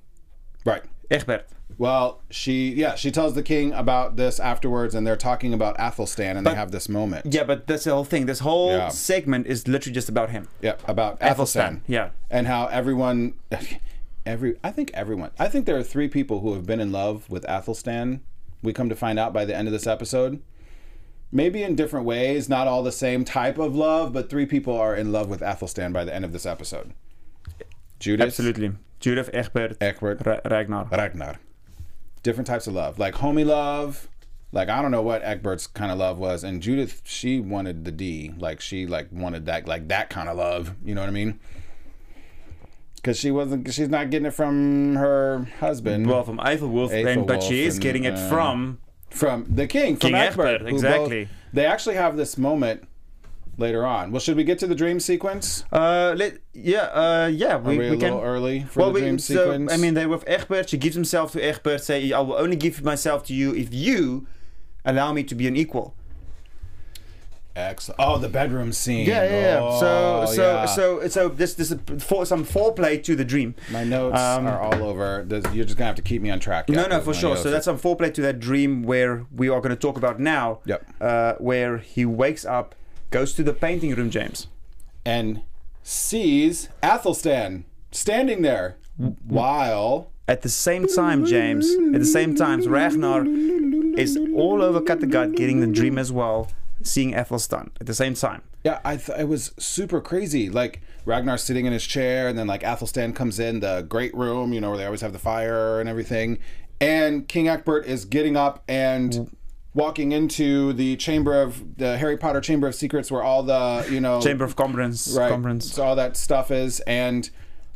[SPEAKER 3] right.
[SPEAKER 1] Egbert.
[SPEAKER 3] Well, she yeah, she tells the king about this afterwards, and they're talking about Athelstan, and they have this moment.
[SPEAKER 1] Yeah, but that's the whole thing. This whole
[SPEAKER 3] Yeah.
[SPEAKER 1] segment is literally just about him.
[SPEAKER 3] Yeah, about
[SPEAKER 1] Athelstan,
[SPEAKER 3] Athelstan.
[SPEAKER 1] yeah.
[SPEAKER 3] and how everyone, every I think everyone. I think there are three people who have been in love with Athelstan. We come to find out by the end of this episode, maybe in different ways, not all the same type of love, but three people are in love with Athelstan by the end of this episode. Judas,
[SPEAKER 1] Absolutely, Judith, Egbert,
[SPEAKER 3] Egbert,
[SPEAKER 1] Ra- Ragnar.
[SPEAKER 3] Ragnar. Different types of love, like homie love. Like I don't know what Egbert's kind of love was, and Judith she wanted the D, like she like wanted that like that kind of love. You know what I mean? Because she wasn't, she's not getting it from her husband,
[SPEAKER 1] Well, from Eiffelwolf, and, but she
[SPEAKER 3] Ethelwulf
[SPEAKER 1] is
[SPEAKER 3] and,
[SPEAKER 1] getting it
[SPEAKER 3] uh,
[SPEAKER 1] from.
[SPEAKER 3] from the king, from
[SPEAKER 1] King Egbert,
[SPEAKER 3] Egbert. who
[SPEAKER 1] exactly.
[SPEAKER 3] they actually have this moment later on. Well, should we get to the dream sequence?
[SPEAKER 1] Uh, let yeah, uh, yeah. We,
[SPEAKER 3] Are we, a
[SPEAKER 1] we
[SPEAKER 3] little
[SPEAKER 1] can.
[SPEAKER 3] early for the dream sequence?
[SPEAKER 1] I mean, they were with Egbert. She gives himself to Egbert, say, I will only give myself to you if you allow me to be an equal.
[SPEAKER 3] excellent. Oh, the bedroom scene.
[SPEAKER 1] Yeah, yeah, yeah. so,
[SPEAKER 3] Oh,
[SPEAKER 1] so,
[SPEAKER 3] yeah.
[SPEAKER 1] so, so, this, this is for some foreplay to the dream.
[SPEAKER 3] My notes
[SPEAKER 1] Um,
[SPEAKER 3] are all over. This- You're just gonna have to keep me on track.
[SPEAKER 1] No,
[SPEAKER 3] Yeah,
[SPEAKER 1] no,
[SPEAKER 3] with
[SPEAKER 1] for
[SPEAKER 3] my
[SPEAKER 1] sure.
[SPEAKER 3] notes.
[SPEAKER 1] So that's some foreplay to that dream where we are going to talk about now.
[SPEAKER 3] Yep.
[SPEAKER 1] Uh, where he wakes up, goes to the painting room, James.
[SPEAKER 3] and sees Athelstan standing there while
[SPEAKER 1] At the same time, James. At the same time, Ragnar is all over Kattegat getting the dream as well, seeing Athelstan at the same time.
[SPEAKER 3] yeah, I th- it was super crazy. Like Ragnar's sitting in his chair, and then like Athelstan comes in the great room, you know, where they always have the fire and everything. And King Egbert is getting up and
[SPEAKER 1] Mm.
[SPEAKER 3] walking into the chamber of the Harry Potter Chamber of Secrets, where all the you know
[SPEAKER 1] Chamber of Commerce.
[SPEAKER 3] right.
[SPEAKER 1] Commerce.
[SPEAKER 3] So all that stuff is, and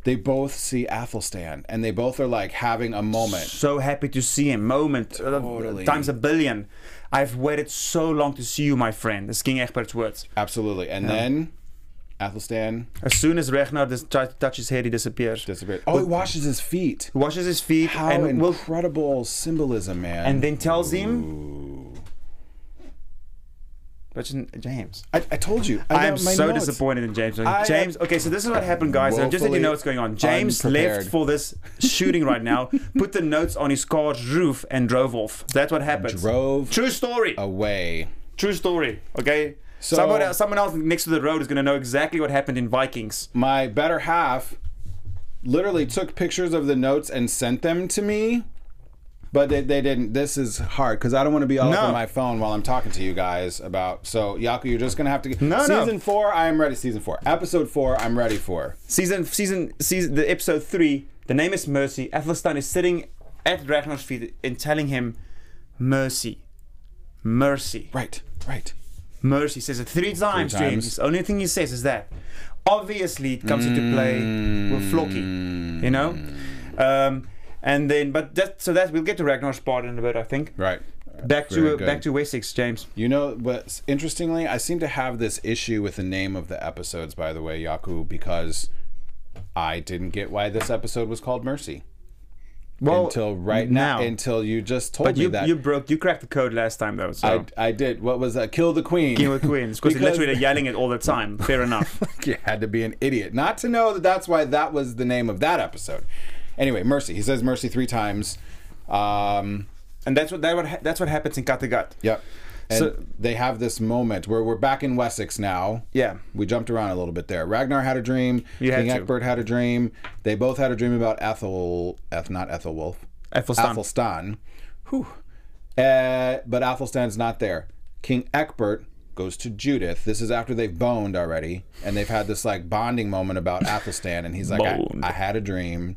[SPEAKER 3] they both see Athelstan, and they both are like having a moment.
[SPEAKER 1] so happy to see him. Moment uh,
[SPEAKER 3] Totally.
[SPEAKER 1] times a billion. I've waited so long to see you, my friend. That's King Egbert's words.
[SPEAKER 3] Absolutely, and then Athelstan
[SPEAKER 1] As soon as Ragnar dis- tries to touch his head, he disappears.
[SPEAKER 3] disappeared. Oh, he washes his feet.
[SPEAKER 1] Washes his feet
[SPEAKER 3] How
[SPEAKER 1] and will,
[SPEAKER 3] incredible symbolism, man.
[SPEAKER 1] and then tells him. But James,
[SPEAKER 3] I, I told you. I
[SPEAKER 1] I'm
[SPEAKER 3] got my
[SPEAKER 1] so
[SPEAKER 3] notes.
[SPEAKER 1] disappointed in James.
[SPEAKER 3] I am
[SPEAKER 1] James, okay, so this is what happened, guys. And just let you
[SPEAKER 3] woefully
[SPEAKER 1] know what's going on. James
[SPEAKER 3] unprepared.
[SPEAKER 1] left for this shooting right now, put the notes on his car's roof, and drove off. That's what happened.
[SPEAKER 3] Drove
[SPEAKER 1] True story.
[SPEAKER 3] away.
[SPEAKER 1] True story. Okay.
[SPEAKER 3] So-
[SPEAKER 1] someone, else, someone else next to the road is going to know exactly what happened in Vikings.
[SPEAKER 3] My better half literally took pictures of the notes and sent them to me. But they, they didn't. This is hard because I don't want to be all
[SPEAKER 1] No.
[SPEAKER 3] over my phone while I'm talking to you guys about. So, Yaku, you're just going to have to.
[SPEAKER 1] No, no.
[SPEAKER 3] season four, I am ready. Season four. Episode four, I'm ready for.
[SPEAKER 1] season season season the episode three the name is mercy athelstan is sitting at ragnar's feet and telling him mercy mercy
[SPEAKER 3] Right, right.
[SPEAKER 1] mercy says it three times,
[SPEAKER 3] times.
[SPEAKER 1] james the only thing he says is that obviously it comes into play with flocky you know
[SPEAKER 3] Mm.
[SPEAKER 1] um and then but that so that we'll get to ragnar's part in a bit i think
[SPEAKER 3] Right.
[SPEAKER 1] back
[SPEAKER 3] Very
[SPEAKER 1] to uh,
[SPEAKER 3] good.
[SPEAKER 1] back to wessex james
[SPEAKER 3] You know, but interestingly, I seem to have this issue with the name of the episodes, by the way, Yaku, because I didn't get why this episode was called Mercy
[SPEAKER 1] well
[SPEAKER 3] until right now,
[SPEAKER 1] now
[SPEAKER 3] until you just told
[SPEAKER 1] but
[SPEAKER 3] me
[SPEAKER 1] you,
[SPEAKER 3] that.
[SPEAKER 1] you broke you cracked the code last time though so
[SPEAKER 3] I, I did. What was that? Kill the Queen.
[SPEAKER 1] King of Queens, because
[SPEAKER 3] Because-
[SPEAKER 1] literally they're yelling it all the time. Fair enough.
[SPEAKER 3] you had to be an idiot not to know that that's why that was the name of that episode. Anyway, Mercy. He says Mercy three times. Um,
[SPEAKER 1] and that's what that what ha- that's what happens in Kattegat.
[SPEAKER 3] Yep. And
[SPEAKER 1] So-
[SPEAKER 3] they have this moment where we're back in Wessex now.
[SPEAKER 1] Yeah.
[SPEAKER 3] We jumped around a little bit there. Ragnar had a dream.
[SPEAKER 1] You had
[SPEAKER 3] King
[SPEAKER 1] to.
[SPEAKER 3] Egbert had a dream. They both had a dream about Ethel, Eth, not Ethelwulf.
[SPEAKER 1] Athelstan.
[SPEAKER 3] Athelstan. Whew. Uh, but Athelstan's not there. King Egbert goes to Judith. This is after they've boned already. And they've had this like bonding moment about Athelstan. And he's like, I,
[SPEAKER 1] Boned.
[SPEAKER 3] I had a dream.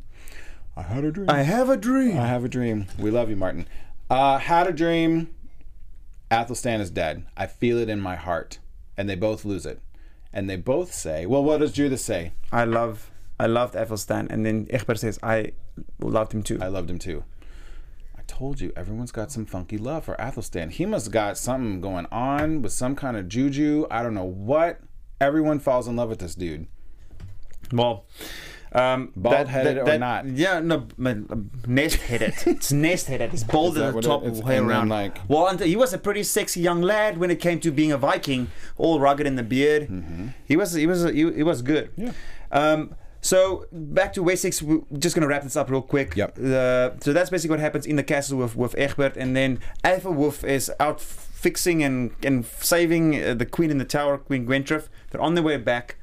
[SPEAKER 3] I had a dream.
[SPEAKER 1] I have a dream.
[SPEAKER 3] I have a dream. We love you, Martin. Uh, had a dream. Athelstan is dead. I feel it in my heart. And they both lose it. And they both say, Well, what does Judith say?
[SPEAKER 1] I love I loved Athelstan, and then Egbert says I loved him too.
[SPEAKER 3] I loved him too. I told you, everyone's got some funky love for Athelstan. He must have got something going on with some kind of juju. I don't know what. Everyone falls in love with this dude.
[SPEAKER 1] well, um,
[SPEAKER 3] Bald-headed or
[SPEAKER 1] that-
[SPEAKER 3] not?
[SPEAKER 1] Yeah, no, nest headed. it's nest headed. It's bald
[SPEAKER 3] Is that
[SPEAKER 1] at the
[SPEAKER 3] what
[SPEAKER 1] top,
[SPEAKER 3] it is?
[SPEAKER 1] way
[SPEAKER 3] And then,
[SPEAKER 1] around.
[SPEAKER 3] like-
[SPEAKER 1] well, and he was a pretty sexy young lad when it came to being a Viking, all rugged in the beard.
[SPEAKER 3] Mm-hmm.
[SPEAKER 1] He was he was he, he was good. Yeah. Um, so back to Wessex, we're just gonna wrap this up real quick.
[SPEAKER 3] Yep.
[SPEAKER 1] Uh, so that's basically what happens in the castle with with Egbert, and then Alpha is out f- fixing and and saving uh, the queen in the tower, Queen Gwentreth. They're on their way back,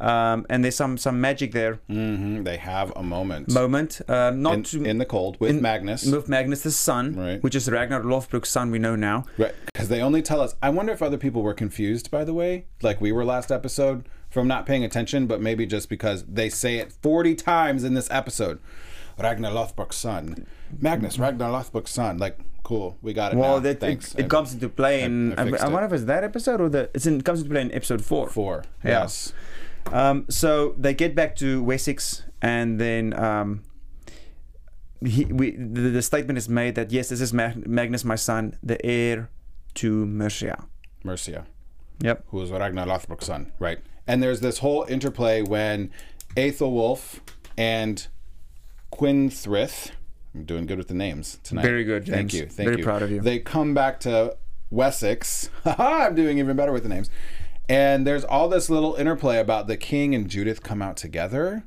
[SPEAKER 1] um, and there's some some magic there
[SPEAKER 3] hmm They have a moment.
[SPEAKER 1] moment. Um, not
[SPEAKER 3] in,
[SPEAKER 1] to
[SPEAKER 3] in the cold with Magnus.
[SPEAKER 1] with Magnus' son,
[SPEAKER 3] Right.
[SPEAKER 1] which is Ragnar Lothbrok's son, we know now.
[SPEAKER 3] Right, because they only tell us. I wonder if other people were confused, by the way, like we were last episode, from not paying attention, but maybe just because they say it 40 times in this episode. Ragnar Lothbrok's son. Magnus, Ragnar Lothbrok's son. Like, cool, we got it
[SPEAKER 1] Well,
[SPEAKER 3] now.
[SPEAKER 1] that,
[SPEAKER 3] Thanks.
[SPEAKER 1] it, it comes into play in.
[SPEAKER 3] I
[SPEAKER 1] I,
[SPEAKER 3] fixed
[SPEAKER 1] I
[SPEAKER 3] it.
[SPEAKER 1] wonder if it's that episode or the. It's in, it comes into play in episode four.
[SPEAKER 3] Four,
[SPEAKER 1] Yeah.
[SPEAKER 3] yes.
[SPEAKER 1] Um, so they get back to Wessex, and then um, he, we, the, the statement is made that yes, this is Mag- Magnus, my son, the heir to Mercia.
[SPEAKER 3] Mercia,
[SPEAKER 1] Yep.
[SPEAKER 3] who was Ragnar Lothbrok's son, right? And there's this whole interplay when Aethelwulf and Quinthrith. I'm doing good with the names tonight.
[SPEAKER 1] Very good,
[SPEAKER 3] Thank
[SPEAKER 1] James.
[SPEAKER 3] you. Thank
[SPEAKER 1] Very
[SPEAKER 3] you.
[SPEAKER 1] proud of you.
[SPEAKER 3] They come back to Wessex. Haha, I'm doing even better with the names. And there's all this little interplay about the king and Judith come out together.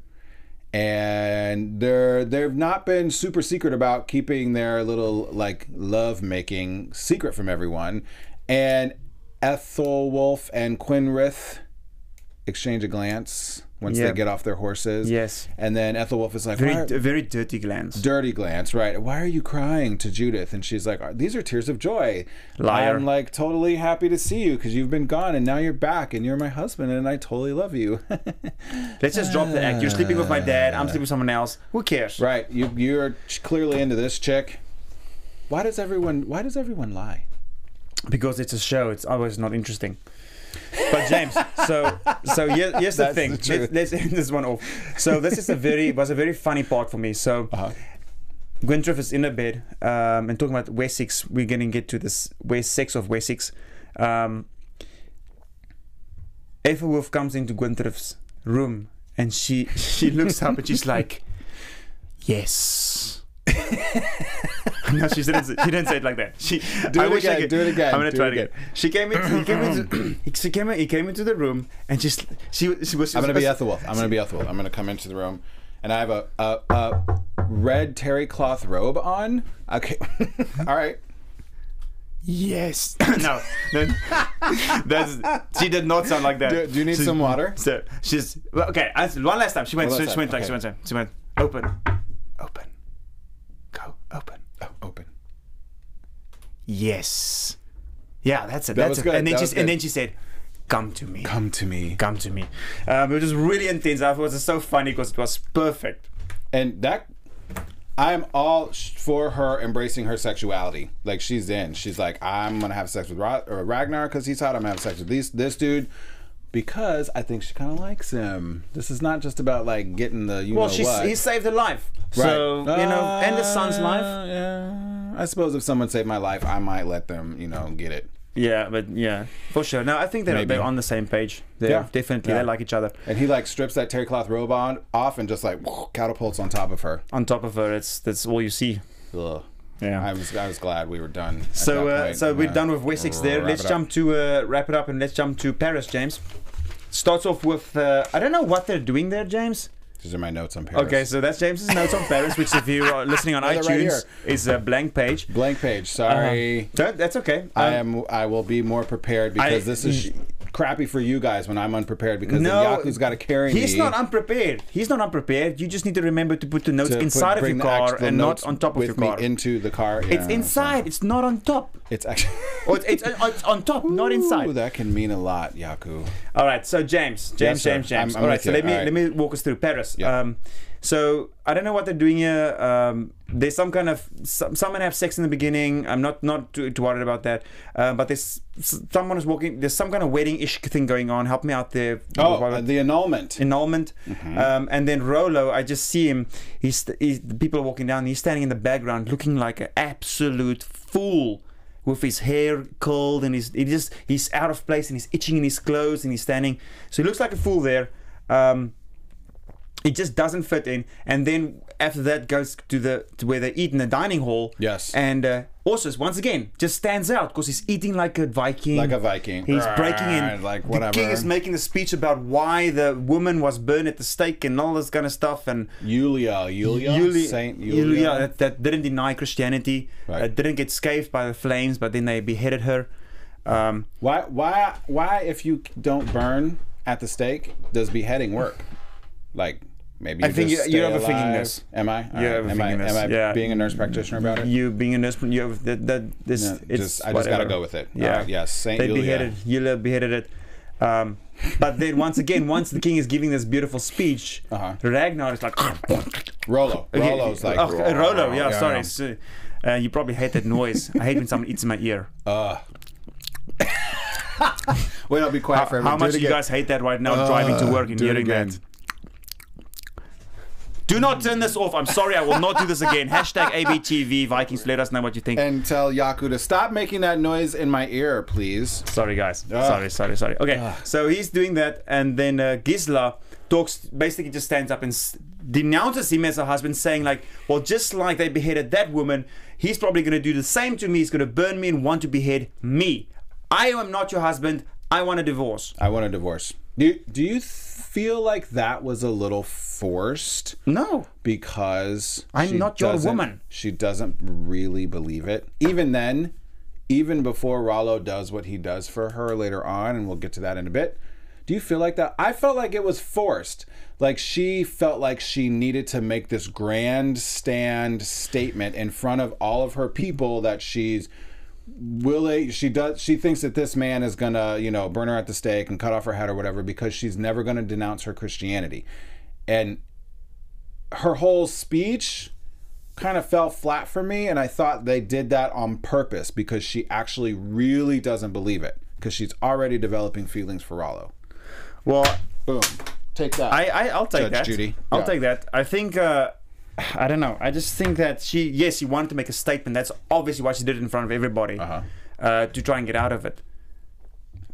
[SPEAKER 3] And they're they've not been super secret about keeping their little like love making secret from everyone. And Ethelwulf and Quinrith exchange a glance once
[SPEAKER 1] Yeah.
[SPEAKER 3] they get off their horses.
[SPEAKER 1] Yes.
[SPEAKER 3] And then Ethelwulf is like,
[SPEAKER 1] Very,
[SPEAKER 3] "Why are-
[SPEAKER 1] a very dirty glance.
[SPEAKER 3] dirty glance, right? Why are you crying to Judith? And she's like, These are tears of joy.
[SPEAKER 1] Liar.
[SPEAKER 3] I'm like totally happy to see you because you've been gone and now you're back and you're my husband and I totally love you.
[SPEAKER 1] Let's just drop the act. You're sleeping with my dad. I'm sleeping with someone else. Who cares?
[SPEAKER 3] right. You you're ch- clearly into this chick. Why does everyone why does everyone lie?
[SPEAKER 1] because it's a show. It's always not interesting. But James, so so here, here's the
[SPEAKER 3] That's
[SPEAKER 1] thing.
[SPEAKER 3] the truth.
[SPEAKER 1] let's, let's end this one off. So this is a very was a very funny part for me. So
[SPEAKER 3] Uh-huh.
[SPEAKER 1] Gwyntreth is in a bed um, and talking about Wessex. We're gonna get to this Wessex of Wessex. Um, Ethelwolf comes into Gwynthriff's room and she she looks up and she's like, "Yes." no, she didn't. Say, she didn't say it like that. She.
[SPEAKER 3] Do
[SPEAKER 1] I
[SPEAKER 3] it
[SPEAKER 1] wish I
[SPEAKER 3] again,
[SPEAKER 1] could-
[SPEAKER 3] do it again,
[SPEAKER 1] I'm gonna
[SPEAKER 3] do
[SPEAKER 1] try
[SPEAKER 3] it
[SPEAKER 1] it again.
[SPEAKER 3] again.
[SPEAKER 1] She came in. He came into. she came. In, he came into the room and just. She. She was.
[SPEAKER 3] I'm gonna be Ethelwolf. I'm gonna be Ethelwolf. I'm gonna come into the room, and I have a a, a red terry cloth robe on. Okay, all right.
[SPEAKER 1] Yes. no. no. That's. She did not sound like that.
[SPEAKER 3] Do, do you need
[SPEAKER 1] She-
[SPEAKER 3] some water?
[SPEAKER 1] So she's well, okay. I, one last time. She went.
[SPEAKER 3] One
[SPEAKER 1] She,
[SPEAKER 3] last
[SPEAKER 1] she went
[SPEAKER 3] time,
[SPEAKER 1] like. She went.
[SPEAKER 3] okay.
[SPEAKER 1] She went. Open. Open. Go. Open.
[SPEAKER 3] Oh, open.
[SPEAKER 1] Yes. Yeah, that's it.
[SPEAKER 3] That
[SPEAKER 1] that's
[SPEAKER 3] was
[SPEAKER 1] it.
[SPEAKER 3] good,
[SPEAKER 1] And then
[SPEAKER 3] that
[SPEAKER 1] she
[SPEAKER 3] was
[SPEAKER 1] and
[SPEAKER 3] good.
[SPEAKER 1] then she said, "Come to me. Come,
[SPEAKER 3] Come to me.
[SPEAKER 1] to me." Um, it was just really intense. I thought it was so funny because it was perfect.
[SPEAKER 3] And that, I'm all sh- for her embracing her sexuality. Like she's in. She's like, I'm gonna have sex with Ra- or Ragnar because he's hot. I'm gonna have sex with these this dude. Because I think she kind of likes him. This is not just about like getting the you
[SPEAKER 1] Well,
[SPEAKER 3] know
[SPEAKER 1] she's,
[SPEAKER 3] what.
[SPEAKER 1] he saved her life.
[SPEAKER 3] Right.
[SPEAKER 1] So you know, and the son's
[SPEAKER 3] Uh,
[SPEAKER 1] life.
[SPEAKER 3] Yeah. I suppose if someone saved my life, I might let them, you know, get it.
[SPEAKER 1] Yeah, but yeah, for sure. No, I think they're
[SPEAKER 3] Maybe.
[SPEAKER 1] they're on the same page. They're
[SPEAKER 3] Yeah.
[SPEAKER 1] definitely
[SPEAKER 3] Yeah.
[SPEAKER 1] they like each other.
[SPEAKER 3] And he like strips that terry cloth robe on off and just like catapults on top of her.
[SPEAKER 1] On top of her, it's that's all you see.
[SPEAKER 3] Ugh.
[SPEAKER 1] Yeah.
[SPEAKER 3] I was I was glad we were done. at
[SPEAKER 1] so
[SPEAKER 3] that
[SPEAKER 1] uh,
[SPEAKER 3] point.
[SPEAKER 1] so we're
[SPEAKER 3] Uh,
[SPEAKER 1] done with Wessex there.
[SPEAKER 3] wrap
[SPEAKER 1] Let's
[SPEAKER 3] it up.
[SPEAKER 1] jump to uh, wrap it up and let's jump to Paris, James. Starts off with uh, I don't know what they're doing there, James.
[SPEAKER 3] These are my notes on Paris.
[SPEAKER 1] Okay, so that's James's notes on Paris, which if you are listening on
[SPEAKER 3] Another right
[SPEAKER 1] iTunes is a blank page.
[SPEAKER 3] blank page. Sorry.
[SPEAKER 1] That- that's okay. Um,
[SPEAKER 3] I am. I will be more prepared because
[SPEAKER 1] I-
[SPEAKER 3] this is sh- crappy for you guys when I'm unprepared because
[SPEAKER 1] No,
[SPEAKER 3] then Yaku's got to carry me.
[SPEAKER 1] He's not unprepared. He's not unprepared. You just need to remember to put the notes
[SPEAKER 3] to put-
[SPEAKER 1] inside of
[SPEAKER 3] bring
[SPEAKER 1] your
[SPEAKER 3] the
[SPEAKER 1] car
[SPEAKER 3] actual
[SPEAKER 1] and not
[SPEAKER 3] notes
[SPEAKER 1] on top of
[SPEAKER 3] with
[SPEAKER 1] your car.
[SPEAKER 3] me into the car.
[SPEAKER 1] it's
[SPEAKER 3] Yeah,
[SPEAKER 1] inside. It's not on top.
[SPEAKER 3] It's actually.
[SPEAKER 1] Or it's, it's, it's on top, not
[SPEAKER 3] Ooh,
[SPEAKER 1] inside.
[SPEAKER 3] that can mean a lot, Yaku.
[SPEAKER 1] All right, so James, James,
[SPEAKER 3] sir.
[SPEAKER 1] James, James.
[SPEAKER 3] I'm- I'm
[SPEAKER 1] All right,
[SPEAKER 3] with
[SPEAKER 1] so
[SPEAKER 3] you.
[SPEAKER 1] let me
[SPEAKER 3] All right.
[SPEAKER 1] let me walk us through Paris.
[SPEAKER 3] Yeah.
[SPEAKER 1] Um, so I don't know what they're doing here. Um, there's some kind of some, someone have sex in the beginning. I'm not not too, too worried about that. Uh, but there's s- someone is walking. There's some kind of wedding ish thing going on. Help me out there.
[SPEAKER 3] Oh,
[SPEAKER 1] What-
[SPEAKER 3] uh, the annulment.
[SPEAKER 1] annulment. Um, and then Rolo, I just see him. He's, he's the people are walking down. He's standing in the background, looking like an absolute fool, with his hair curled and he's he just he's out of place and he's itching in his clothes and he's standing. So he looks like a fool there. Um, it just doesn't fit in. And then after that goes to the to where they eat in the dining hall.
[SPEAKER 3] Yes.
[SPEAKER 1] And uh, Orsus once again just stands out because he's eating like a Viking.
[SPEAKER 3] Like a Viking.
[SPEAKER 1] He's breaking
[SPEAKER 3] Right,
[SPEAKER 1] in.
[SPEAKER 3] like
[SPEAKER 1] The king
[SPEAKER 3] whatever.
[SPEAKER 1] is making the speech about why the woman was burned at the stake and all this kind of stuff and.
[SPEAKER 3] Yulia, Yulia,
[SPEAKER 1] Yuli-
[SPEAKER 3] Saint Yulia.
[SPEAKER 1] Yulia that, that didn't deny Christianity,
[SPEAKER 3] Right.
[SPEAKER 1] that didn't get scathed by the flames, but then they beheaded her. Um,
[SPEAKER 3] Why, why, why? If you don't burn at the stake, does beheading work? Like maybe you
[SPEAKER 1] I think
[SPEAKER 3] just
[SPEAKER 1] you- you're
[SPEAKER 3] stay
[SPEAKER 1] overthinking
[SPEAKER 3] alive.
[SPEAKER 1] this.
[SPEAKER 3] Am I? All
[SPEAKER 1] You're
[SPEAKER 3] Am I?
[SPEAKER 1] overthinking this,
[SPEAKER 3] Am I
[SPEAKER 1] yeah.
[SPEAKER 3] being a nurse practitioner about it?
[SPEAKER 1] you being a nurse, you have that, that this,
[SPEAKER 3] No,
[SPEAKER 1] it's
[SPEAKER 3] just- I just gotta
[SPEAKER 1] whatever.
[SPEAKER 3] go with it.
[SPEAKER 1] Yeah,
[SPEAKER 3] Alright, yes, Saint
[SPEAKER 1] they
[SPEAKER 3] Yulia.
[SPEAKER 1] beheaded Yulia beheaded it. Um, but then once again, once the king is giving this beautiful speech,
[SPEAKER 3] Uh-huh.
[SPEAKER 1] Ragnar is like, Mm-hmm.
[SPEAKER 3] Rollo,
[SPEAKER 1] Okay,
[SPEAKER 3] Rollo's like
[SPEAKER 1] oh, uh, Rolo. Yeah,
[SPEAKER 3] Yeah.
[SPEAKER 1] sorry. So, uh, you probably hate that noise. I hate when someone eats in my ear.
[SPEAKER 3] Oh, Wait, I'll be quiet for everyone.
[SPEAKER 1] How
[SPEAKER 3] Do it
[SPEAKER 1] much you
[SPEAKER 3] again. Oh,
[SPEAKER 1] guys hate that right now, driving to work and
[SPEAKER 3] do it
[SPEAKER 1] hearing
[SPEAKER 3] again.
[SPEAKER 1] that? Do not turn this off. I'm sorry. I will not do this again. Hashtag ABTV Vikings. Let us know what you think.
[SPEAKER 3] And tell Yaku to stop making that noise in my ear, please.
[SPEAKER 1] Sorry, guys. Sorry, sorry, sorry. Okay, so he's doing that, and then uh, Gisla talks, basically just stands up and s- denounces him as a husband, saying, like, well, just like they beheaded that woman, he's probably going to do the same to me. He's going to burn me and want to behead me. I am not your husband. I want a divorce.
[SPEAKER 3] I want a divorce. Do Do you th- feel like that was a little forced?
[SPEAKER 1] No.
[SPEAKER 3] because
[SPEAKER 1] I'm
[SPEAKER 3] she
[SPEAKER 1] not your
[SPEAKER 3] doesn't-
[SPEAKER 1] woman.
[SPEAKER 3] She doesn't really believe it. Even then, even before Rollo does what he does for her later on, and we'll get to that in a bit. Do you feel like that? I felt like it was forced. Like she felt like she needed to make this grand stand statement in front of all of her people that she's willing. She does. She thinks that this man is gonna, you know, burn her at the stake and cut off her head or whatever because she's never gonna denounce her Christianity, and her whole speech kind of fell flat for me and I thought they did that on purpose because she actually really doesn't believe it because she's already developing feelings for Rollo.
[SPEAKER 1] Well,
[SPEAKER 3] Boom. Take that.
[SPEAKER 1] I, I I'll take
[SPEAKER 3] Judge
[SPEAKER 1] that.
[SPEAKER 3] Judy.
[SPEAKER 1] I'll
[SPEAKER 3] Yeah.
[SPEAKER 1] take that. I think uh, I don't know. I just think that she yes, she wanted to make a
[SPEAKER 3] Uh-huh.
[SPEAKER 1] statement. That's obviously why she did it in front of everybody uh to try and get out of it.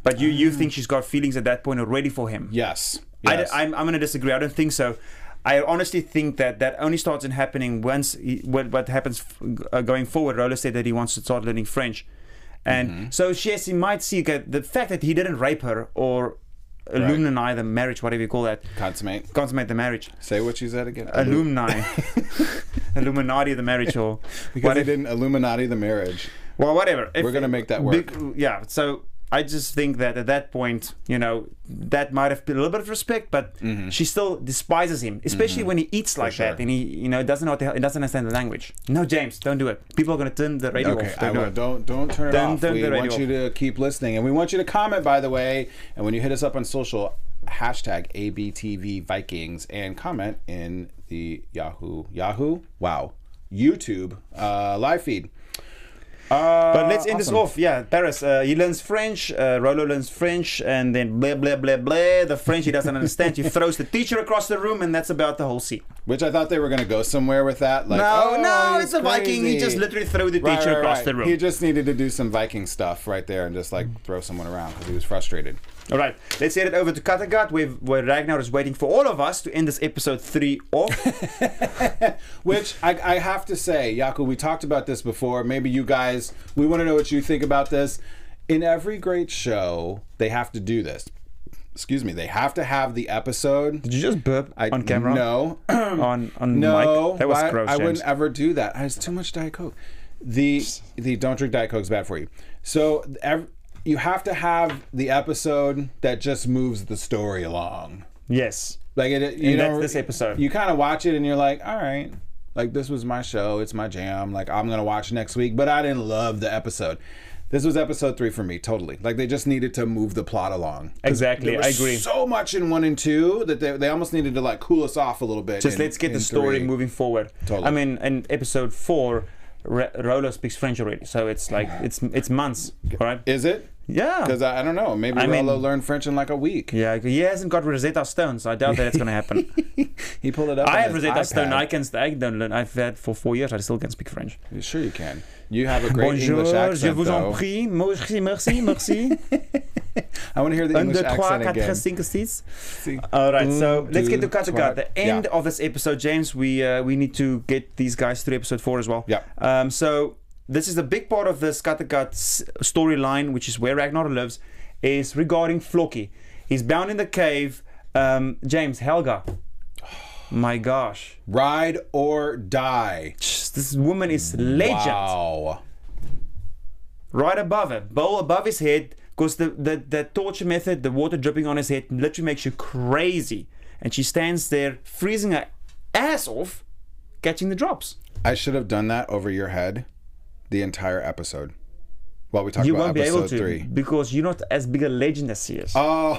[SPEAKER 1] But you, you think she's got feelings at that point already for him?
[SPEAKER 3] Yes.
[SPEAKER 1] I d-
[SPEAKER 3] Yes.
[SPEAKER 1] I'm, I'm going to disagree. I don't think so. I honestly think that that only starts in happening once he, what, what happens f- uh, going forward. Rolo said that he wants to start learning French. And
[SPEAKER 3] Mm-hmm.
[SPEAKER 1] so, yes, he might see that the fact that he didn't rape her or alumni the marriage, whatever you call that,
[SPEAKER 3] Consummate.
[SPEAKER 1] consummate the marriage.
[SPEAKER 3] Say what you said again.
[SPEAKER 1] Alumni, Illuminati of the marriage, or
[SPEAKER 3] Because
[SPEAKER 1] whatever.
[SPEAKER 3] they didn't Illuminati the marriage.
[SPEAKER 1] Well, whatever. If-
[SPEAKER 3] We're gonna make that
[SPEAKER 1] Big- yeah. So I just think that at that point, you know, that might have been a little bit of respect, but
[SPEAKER 3] Mm-hmm.
[SPEAKER 1] she still despises him, especially when he eats like that and he, you know, doesn't know what the hell, he doesn't understand the language. No, James, don't do it. People are gonna turn the radio
[SPEAKER 3] Okay,
[SPEAKER 1] off.
[SPEAKER 3] I
[SPEAKER 1] Don't do
[SPEAKER 3] will.
[SPEAKER 1] it.
[SPEAKER 3] Don't don't turn it
[SPEAKER 1] Don't
[SPEAKER 3] off.
[SPEAKER 1] turn
[SPEAKER 3] we
[SPEAKER 1] the radio
[SPEAKER 3] want you to keep listening, and we want you to comment. By the way, and when you hit us up on social, hashtag ABTV Vikings, and comment in the Yahoo Yahoo Wow YouTube uh, live feed. Uh,
[SPEAKER 1] But let's end this
[SPEAKER 3] awesome.
[SPEAKER 1] off. Yeah, Paris. Uh, he learns French. Uh, Rolo learns French, and then blah blah blah blah. The French he doesn't understand. He throws the teacher across the room, and that's about the whole scene.
[SPEAKER 3] Which I thought they were going to go somewhere with that. Like,
[SPEAKER 1] No,
[SPEAKER 3] oh,
[SPEAKER 1] no,
[SPEAKER 3] he's
[SPEAKER 1] it's a Viking. He
[SPEAKER 3] crazy.
[SPEAKER 1] just literally threw the
[SPEAKER 3] Right,
[SPEAKER 1] teacher
[SPEAKER 3] right,
[SPEAKER 1] across
[SPEAKER 3] right.
[SPEAKER 1] the room.
[SPEAKER 3] He just needed to do some Viking stuff right there and just like throw someone around because he was frustrated.
[SPEAKER 1] All right, let's head it over to Kattegat, where, where Ragnar is waiting for all of us to end this episode three off.
[SPEAKER 3] Which I, I have to say, Yaku, we talked about this before. Maybe you guys, we want to know what you think about this. In every great show, they have to do this. Excuse me, they have to have the episode.
[SPEAKER 1] Did you just burp on camera?
[SPEAKER 3] No.
[SPEAKER 1] on on
[SPEAKER 3] no.
[SPEAKER 1] mic. That was
[SPEAKER 3] why-
[SPEAKER 1] gross.
[SPEAKER 3] I
[SPEAKER 1] James.
[SPEAKER 3] wouldn't ever do that. It's too much Diet Coke. The the don't drink Diet Coke's bad for you. So ev- you have to have the episode that just moves the story along.
[SPEAKER 1] Yes.
[SPEAKER 3] Like it, it- you
[SPEAKER 1] And
[SPEAKER 3] know,
[SPEAKER 1] that's this episode.
[SPEAKER 3] You kind of watch it and you're like, all right, like this was my show, it's my jam. Like I'm gonna watch next week, but I didn't love the episode. This was episode three for me, totally. Like they just needed to move the plot along. 'Cause
[SPEAKER 1] Exactly,
[SPEAKER 3] there was
[SPEAKER 1] I agree.
[SPEAKER 3] So much in one and two that they, they almost needed to like cool us off a little bit.
[SPEAKER 1] Just
[SPEAKER 3] in-
[SPEAKER 1] let's get
[SPEAKER 3] in
[SPEAKER 1] the story
[SPEAKER 3] three.
[SPEAKER 1] moving forward.
[SPEAKER 3] Totally.
[SPEAKER 1] I mean, in episode four, R- Rolo speaks French already, so it's like it's it's months, all right?
[SPEAKER 3] Is it?
[SPEAKER 1] yeah.
[SPEAKER 3] Because I, I don't know. Maybe
[SPEAKER 1] I mean-
[SPEAKER 3] Rolo learned French in like a week.
[SPEAKER 1] Yeah, he hasn't got Rosetta Stone, so I doubt that it's going to happen.
[SPEAKER 3] He pulled it up.
[SPEAKER 1] I
[SPEAKER 3] on
[SPEAKER 1] have
[SPEAKER 3] his
[SPEAKER 1] Rosetta
[SPEAKER 3] iPad.
[SPEAKER 1] Stone. I can. I don't learn. I've had for four years. I still can speak French.
[SPEAKER 3] Sure, you can. You have a great English
[SPEAKER 1] Bonjour,
[SPEAKER 3] accent.
[SPEAKER 1] je vous en
[SPEAKER 3] though.
[SPEAKER 1] prie. Merci, merci, merci.
[SPEAKER 3] I want to hear the
[SPEAKER 1] Un,
[SPEAKER 3] English
[SPEAKER 1] deux, trois,
[SPEAKER 3] accent
[SPEAKER 1] quatre,
[SPEAKER 3] again.
[SPEAKER 1] cinq, six.
[SPEAKER 3] See.
[SPEAKER 1] All right, so
[SPEAKER 3] Un,
[SPEAKER 1] let's get
[SPEAKER 3] deux,
[SPEAKER 1] to Kata
[SPEAKER 3] trois.
[SPEAKER 1] The end
[SPEAKER 3] Yeah.
[SPEAKER 1] of this episode, James. We uh, we need to get these guys through episode four as well.
[SPEAKER 3] Yeah.
[SPEAKER 1] Um. So this is the big part of this Kata storyline, which is where Ragnar lives, is regarding Floki. He's bound in the cave. Um. James Helga. My gosh,
[SPEAKER 3] Ride or die.
[SPEAKER 1] this woman is legend.
[SPEAKER 3] Wow.
[SPEAKER 1] right above him, bowl above his head, because the, the, the torture method, the water dripping on his head, literally makes you crazy. And she stands there, freezing her ass off, catching the drops.
[SPEAKER 3] I should have done that over your head the entire episode. While we talk
[SPEAKER 1] You
[SPEAKER 3] about
[SPEAKER 1] won't be
[SPEAKER 3] episode
[SPEAKER 1] able to
[SPEAKER 3] three.
[SPEAKER 1] because you're not as big a legend as she is.
[SPEAKER 3] Oh,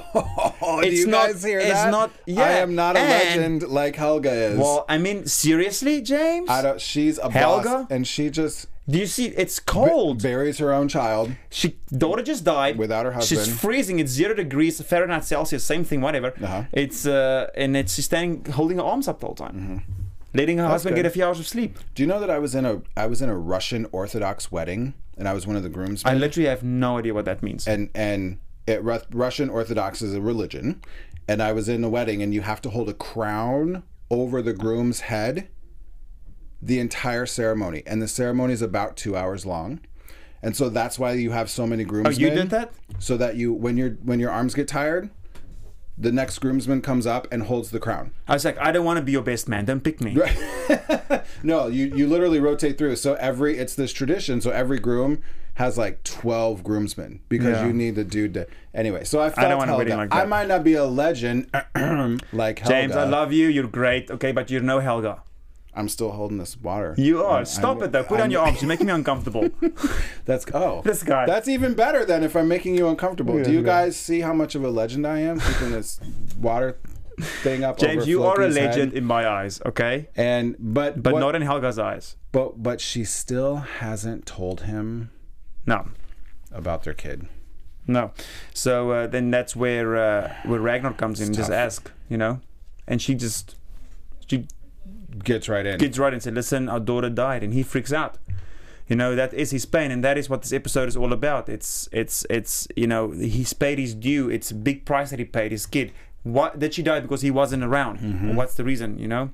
[SPEAKER 3] do
[SPEAKER 1] It's
[SPEAKER 3] you
[SPEAKER 1] not-
[SPEAKER 3] guys hear
[SPEAKER 1] it's
[SPEAKER 3] that?
[SPEAKER 1] not-
[SPEAKER 3] I
[SPEAKER 1] yeah,
[SPEAKER 3] am not a
[SPEAKER 1] and-
[SPEAKER 3] legend like Helga is.
[SPEAKER 1] well, I mean, seriously, James?
[SPEAKER 3] I don't, she's a boss,
[SPEAKER 1] Helga?
[SPEAKER 3] and she just
[SPEAKER 1] Do you see? It's cold.
[SPEAKER 3] buries her own child.
[SPEAKER 1] She daughter just died
[SPEAKER 3] Without her
[SPEAKER 1] She's
[SPEAKER 3] husband.
[SPEAKER 1] freezing. It's zero degrees Fahrenheit, Celsius, same thing, whatever.
[SPEAKER 3] Uh-huh.
[SPEAKER 1] It's uh, and it's she's standing, holding her arms up the whole time, letting her husband
[SPEAKER 3] Mm-hmm. good.
[SPEAKER 1] get a few hours of sleep.
[SPEAKER 3] Do you know that I was in a I was in a Russian Orthodox wedding, and I was one of the
[SPEAKER 1] I
[SPEAKER 3] groomsmen.
[SPEAKER 1] literally have no idea what that means.
[SPEAKER 3] and and it, Ru- Russian Orthodox is a religion, and I was in a wedding, and you have to hold a crown over the groom's head the entire ceremony, and the ceremony is about two hours long, and so that's why you have so many groomsmen.
[SPEAKER 1] Oh, you did that?
[SPEAKER 3] so that you when your when your arms get tired, the next groomsman comes up and holds the crown.
[SPEAKER 1] I was like, I don't want to be your best man. Don't pick me.
[SPEAKER 3] No, you you literally rotate through. So every it's this tradition. So every groom has like twelve groomsmen because
[SPEAKER 1] Yeah.
[SPEAKER 3] you need the dude to anyway. So I felt
[SPEAKER 1] don't want a
[SPEAKER 3] Helga.
[SPEAKER 1] wedding like
[SPEAKER 3] I
[SPEAKER 1] that.
[SPEAKER 3] might not be a legend like Helga.
[SPEAKER 1] James, I love you. You're great. Okay, but you're no Helga.
[SPEAKER 3] I'm still holding this water.
[SPEAKER 1] You are.
[SPEAKER 3] I'm-
[SPEAKER 1] Stop
[SPEAKER 3] I'm-
[SPEAKER 1] it though. Put
[SPEAKER 3] I'm-
[SPEAKER 1] down your arms. You're making me uncomfortable.
[SPEAKER 3] That's oh
[SPEAKER 1] This guy.
[SPEAKER 3] That's even better than if I'm making you uncomfortable. Do you
[SPEAKER 1] no.
[SPEAKER 3] guys see how much of a legend I am keeping this water thing up?
[SPEAKER 1] James,
[SPEAKER 3] over
[SPEAKER 1] you are a
[SPEAKER 3] Floki's head?
[SPEAKER 1] legend in my eyes. Okay,
[SPEAKER 3] And but
[SPEAKER 1] but
[SPEAKER 3] what-
[SPEAKER 1] not in Helga's eyes.
[SPEAKER 3] but but she still hasn't told him
[SPEAKER 1] No.
[SPEAKER 3] about their kid.
[SPEAKER 1] No. So uh, then that's where uh, where Ragnar comes in. Just
[SPEAKER 3] tough.
[SPEAKER 1] ask, you know, and she just she
[SPEAKER 3] Gets right in.
[SPEAKER 1] gets right and said, "Listen, our daughter died," and he freaks out. You know that is his pain, and that is what this episode is all about. It's it's it's you know he's paid his due. It's a big price that he paid his kid. What did she die because he wasn't around? What's the reason? You know.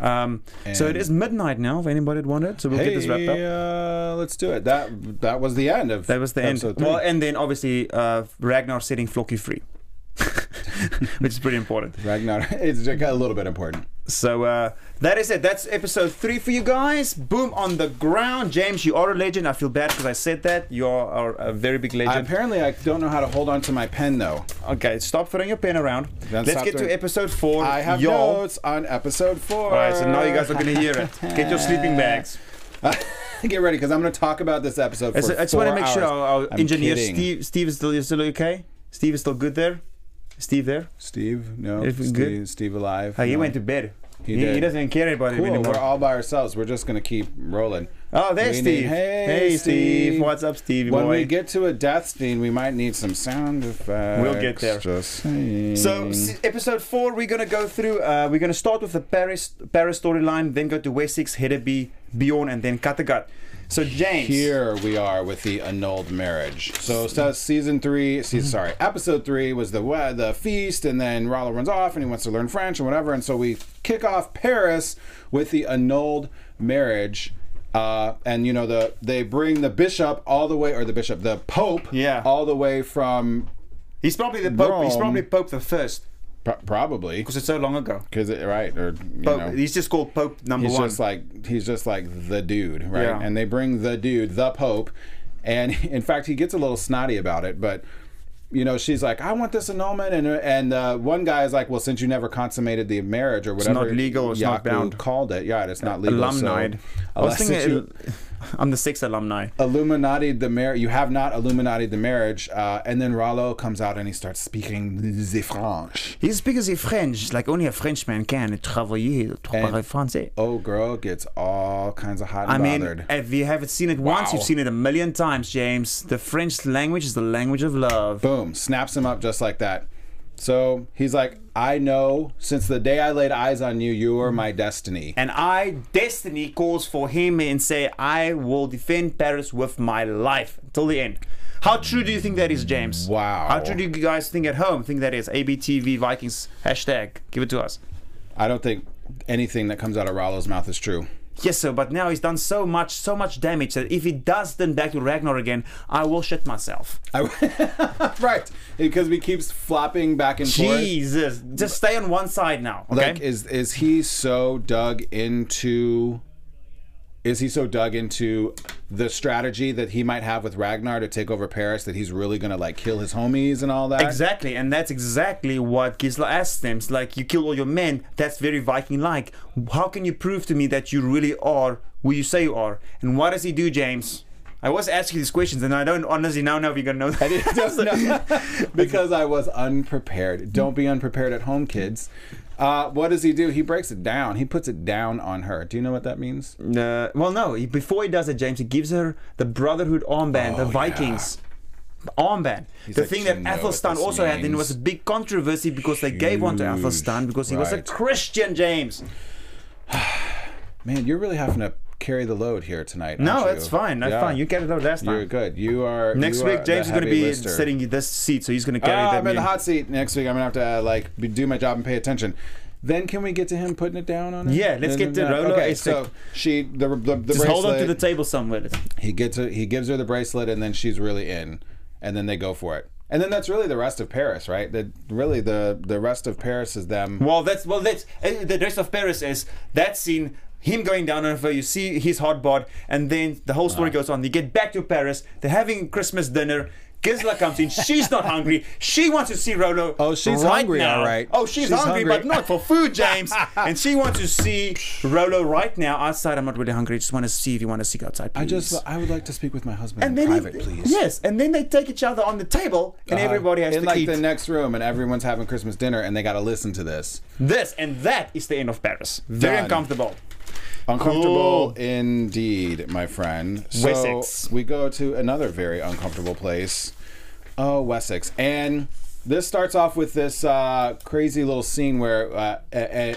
[SPEAKER 1] Um, so it
[SPEAKER 3] Mm-hmm. And-
[SPEAKER 1] is midnight now. If anybody had wanted, so we'll get this wrapped up.
[SPEAKER 3] Hey, uh, let's do it. That that was the end of
[SPEAKER 1] That was the end.
[SPEAKER 3] episode three.
[SPEAKER 1] Well, and then obviously uh, Ragnar setting Floki free, which is pretty important.
[SPEAKER 3] Ragnar, it's just got a little bit important.
[SPEAKER 1] So uh, that is it. That's episode three for you guys. Boom on the ground, James. You are a legend. I feel bad because I said that. You are, are a very big
[SPEAKER 3] I-
[SPEAKER 1] legend.
[SPEAKER 3] apparently, I don't know how to hold on to my pen though.
[SPEAKER 1] okay, stop throwing your pen around.
[SPEAKER 3] Then
[SPEAKER 1] Let's
[SPEAKER 3] stop
[SPEAKER 1] get to
[SPEAKER 3] doing-
[SPEAKER 1] episode four.
[SPEAKER 3] I have
[SPEAKER 1] Oh, Y'all.
[SPEAKER 3] notes on episode four.
[SPEAKER 1] All right, so now you guys are gonna hear it. Get your sleeping bags.
[SPEAKER 3] Get ready, because I'm going to talk about this episode.
[SPEAKER 1] I
[SPEAKER 3] For
[SPEAKER 1] just- I just
[SPEAKER 3] four
[SPEAKER 1] want to make sure
[SPEAKER 3] hours.
[SPEAKER 1] our, our
[SPEAKER 3] I'm
[SPEAKER 1] engineer
[SPEAKER 3] kidding.
[SPEAKER 1] Steve Steve is still, is still okay. Steve is still good there. Steve there.
[SPEAKER 3] Steve, no,
[SPEAKER 1] If we're
[SPEAKER 3] Steve,
[SPEAKER 1] good.
[SPEAKER 3] Steve alive.
[SPEAKER 1] Oh, he
[SPEAKER 3] No.
[SPEAKER 1] went to bed.
[SPEAKER 3] He
[SPEAKER 1] He, he
[SPEAKER 3] did.
[SPEAKER 1] doesn't even care about
[SPEAKER 3] Cool.
[SPEAKER 1] it anymore.
[SPEAKER 3] We're all by ourselves. We're just going to keep rolling.
[SPEAKER 1] Oh,
[SPEAKER 3] We
[SPEAKER 1] there's
[SPEAKER 3] need-
[SPEAKER 1] Steve.
[SPEAKER 3] hey,
[SPEAKER 1] Steve.
[SPEAKER 3] Steve.
[SPEAKER 1] What's up, Steve
[SPEAKER 3] When
[SPEAKER 1] boy?
[SPEAKER 3] we get to a death scene, we might need some sound effects.
[SPEAKER 1] We'll get there.
[SPEAKER 3] Just saying.
[SPEAKER 1] so s- episode four, we're gonna go through. Uh, we're gonna start with the Paris Paris storyline, then go to Wessex, Hedeby, Bjorn, and then Kattegat. So James,
[SPEAKER 3] Here we are with the annulled marriage. So, so season three,
[SPEAKER 1] Mm-hmm.
[SPEAKER 3] season, sorry, episode three was the we- the feast, and then Rollo runs off and he wants to learn French and whatever. And so we kick off Paris with the annulled marriage. Uh, and you know the they bring the bishop all the way, or the bishop, the pope,
[SPEAKER 1] Yeah.
[SPEAKER 3] all the way from
[SPEAKER 1] he's probably the Pope. He's
[SPEAKER 3] Rome.
[SPEAKER 1] probably Pope the first
[SPEAKER 3] pro- probably
[SPEAKER 1] because it's so long ago.
[SPEAKER 3] because right or you
[SPEAKER 1] Pope,
[SPEAKER 3] know
[SPEAKER 1] He's just called Pope number
[SPEAKER 3] he's
[SPEAKER 1] one.
[SPEAKER 3] just like he's just like the dude, right?
[SPEAKER 1] Yeah.
[SPEAKER 3] And they bring the dude, the Pope, and in fact, he gets a little snotty about it, but. You know, she's like, I want this annulment, and and uh, one guy is like, well, since you never consummated the marriage or whatever,
[SPEAKER 1] not legal, it's not
[SPEAKER 3] Yaku
[SPEAKER 1] bound.
[SPEAKER 3] Called it, yeah, it's not legal.
[SPEAKER 1] alumni.
[SPEAKER 3] So,
[SPEAKER 1] I was
[SPEAKER 3] unless
[SPEAKER 1] thinking,
[SPEAKER 3] you
[SPEAKER 1] I'm the sixth alumni.
[SPEAKER 3] Illuminati the marriage, you have not Illuminati the marriage, uh, and then Rollo comes out and he starts speaking the French.
[SPEAKER 1] He speaks in French, like only a Frenchman can. Travailler, parler français.
[SPEAKER 3] Oh, girl gets all kinds of hot and
[SPEAKER 1] I mean,
[SPEAKER 3] bothered.
[SPEAKER 1] if you haven't seen it once, you've
[SPEAKER 3] Wow.
[SPEAKER 1] seen it a million times, James. The French language is the language of love.
[SPEAKER 3] boom, snaps him up just like that. So he's like, I know since the day I laid eyes on you, you are my destiny.
[SPEAKER 1] And I, destiny calls for him and say, I will defend Paris with my life till the end. How true do you think that is, James?
[SPEAKER 3] Wow.
[SPEAKER 1] How true do you guys think at home think that is? ABTV Vikings hashtag. Give it to us.
[SPEAKER 3] I don't think anything that comes out of Rollo's mouth is true.
[SPEAKER 1] Yes, sir, but now he's done so much, so much damage that if he does then back to Ragnar again, I will shit myself.
[SPEAKER 3] I- right. Because he keeps flopping back and forth.
[SPEAKER 1] Jesus. Just stay on one side now, okay?
[SPEAKER 3] Like is is he so dug into is he so dug into the strategy that he might have with Ragnar to take over Paris that he's really gonna like kill his homies and all that?
[SPEAKER 1] Exactly, and that's exactly what Gisla asks them. It's like, you kill all your men, that's very Viking like. How can you prove to me that you really are who you say you are? And what does he do, James? I was asking these questions, and I don't honestly now know if you're gonna know that.
[SPEAKER 3] I don't know. because I was unprepared. Don't be unprepared at home, kids. Uh, what does he do? He breaks it down. He puts it down on her. Do you know what that means?
[SPEAKER 1] Uh, well, no, he, before he does it, James, he gives her the Brotherhood armband, the Vikings. Armband. the
[SPEAKER 3] Oh, like,
[SPEAKER 1] thing
[SPEAKER 3] "You
[SPEAKER 1] that
[SPEAKER 3] know what
[SPEAKER 1] Athelstan
[SPEAKER 3] this
[SPEAKER 1] also had, then it was a
[SPEAKER 3] means."
[SPEAKER 1] big controversy because they gave one to
[SPEAKER 3] Huge.
[SPEAKER 1] Athelstan because he was a
[SPEAKER 3] Right.
[SPEAKER 1] Christian, James.
[SPEAKER 3] Man, you're really having to carry the load here tonight.
[SPEAKER 1] No,
[SPEAKER 3] aren't you?
[SPEAKER 1] it's fine. That's
[SPEAKER 3] Yeah.
[SPEAKER 1] fine. You carried it out last time.
[SPEAKER 3] You're good. You are.
[SPEAKER 1] Next
[SPEAKER 3] you are
[SPEAKER 1] week, James
[SPEAKER 3] the
[SPEAKER 1] is going to
[SPEAKER 3] heavy
[SPEAKER 1] be
[SPEAKER 3] lister.
[SPEAKER 1] sitting in this seat, so he's going to
[SPEAKER 3] Ah,
[SPEAKER 1] carry that.
[SPEAKER 3] I'm in the
[SPEAKER 1] meeting.
[SPEAKER 3] hot seat next week. I'm gonna have to uh, like be- do my job and pay attention. Then can we get to him putting it down on her?
[SPEAKER 1] Yeah, let's get to
[SPEAKER 3] No, no, no.
[SPEAKER 1] Rolo.
[SPEAKER 3] Okay,
[SPEAKER 1] It's like-
[SPEAKER 3] so she the the, the
[SPEAKER 1] Just hold on to
[SPEAKER 3] bracelet-
[SPEAKER 1] the table somewhere.
[SPEAKER 3] He gets her, he gives her the bracelet, and then she's really in, and then they go for it. And then that's really the rest of Paris, right? That really the the rest of Paris is them.
[SPEAKER 1] Well, that's well. That's uh, the rest of Paris is that scene. Him going down on her. You see his hot bod, and then the whole story goes on. They get back to Paris. They're having Christmas dinner. Gisela comes in. She's not hungry. She wants to see Rolo.
[SPEAKER 3] Oh, she's
[SPEAKER 1] right
[SPEAKER 3] hungry,
[SPEAKER 1] now.
[SPEAKER 3] all right.
[SPEAKER 1] Oh, she's,
[SPEAKER 3] She's
[SPEAKER 1] hungry,
[SPEAKER 3] hungry.
[SPEAKER 1] but not for food, James. and she wants to see Rolo right now outside. I'm not really hungry. I just want to see if you want to seek outside. Please.
[SPEAKER 3] I just I would like to speak with my husband
[SPEAKER 1] And
[SPEAKER 3] in
[SPEAKER 1] then he-
[SPEAKER 3] private, please.
[SPEAKER 1] Yes, and then they take each other on the table, and everybody has
[SPEAKER 3] Uh, in
[SPEAKER 1] to
[SPEAKER 3] like
[SPEAKER 1] eat.
[SPEAKER 3] the next room, and everyone's having Christmas dinner, and they got to listen to this.
[SPEAKER 1] this and that is the end of Paris. Very
[SPEAKER 3] Done.
[SPEAKER 1] uncomfortable. Cool.
[SPEAKER 3] Uncomfortable indeed, my friend. So
[SPEAKER 1] Wessex.
[SPEAKER 3] we go to another very uncomfortable place. Oh, Wessex. And this starts off with this uh, crazy little scene where uh, a, a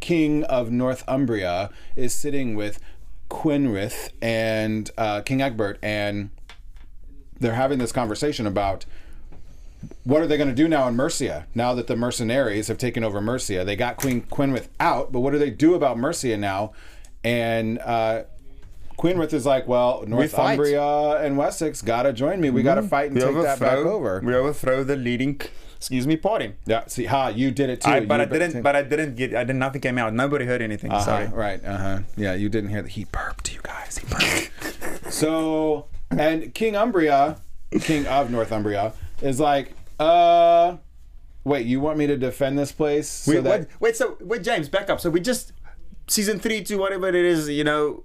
[SPEAKER 3] king of Northumbria is sitting with Quinrith and uh, King Egbert, and they're having this conversation about what are they going to do now in Mercia? Now that the mercenaries have taken over Mercia, they got Queen Quinrith out, but what do they do about Mercia now? And uh, Quinrith is like, well, Northumbria and Wessex got to join me. We got to fight and
[SPEAKER 1] Mm-hmm. We
[SPEAKER 3] take that back
[SPEAKER 1] overthrow-
[SPEAKER 3] over.
[SPEAKER 1] We overthrow the leading, excuse me, party.
[SPEAKER 3] Yeah, see, ha, you did it too.
[SPEAKER 1] I, but
[SPEAKER 3] You
[SPEAKER 1] I didn't.
[SPEAKER 3] did-
[SPEAKER 1] But I didn't get. I did nothing came out. Nobody heard anything.
[SPEAKER 3] Uh-huh,
[SPEAKER 1] Sorry.
[SPEAKER 3] Right. Uh huh. Yeah, you didn't hear that. He burped, you guys. He burped. so, and King Umbria, King of Northumbria, is like, uh, wait, you want me to defend this place? So
[SPEAKER 1] wait, wait, wait, so wait, James, back up. So we just season three, two, whatever it is, you know,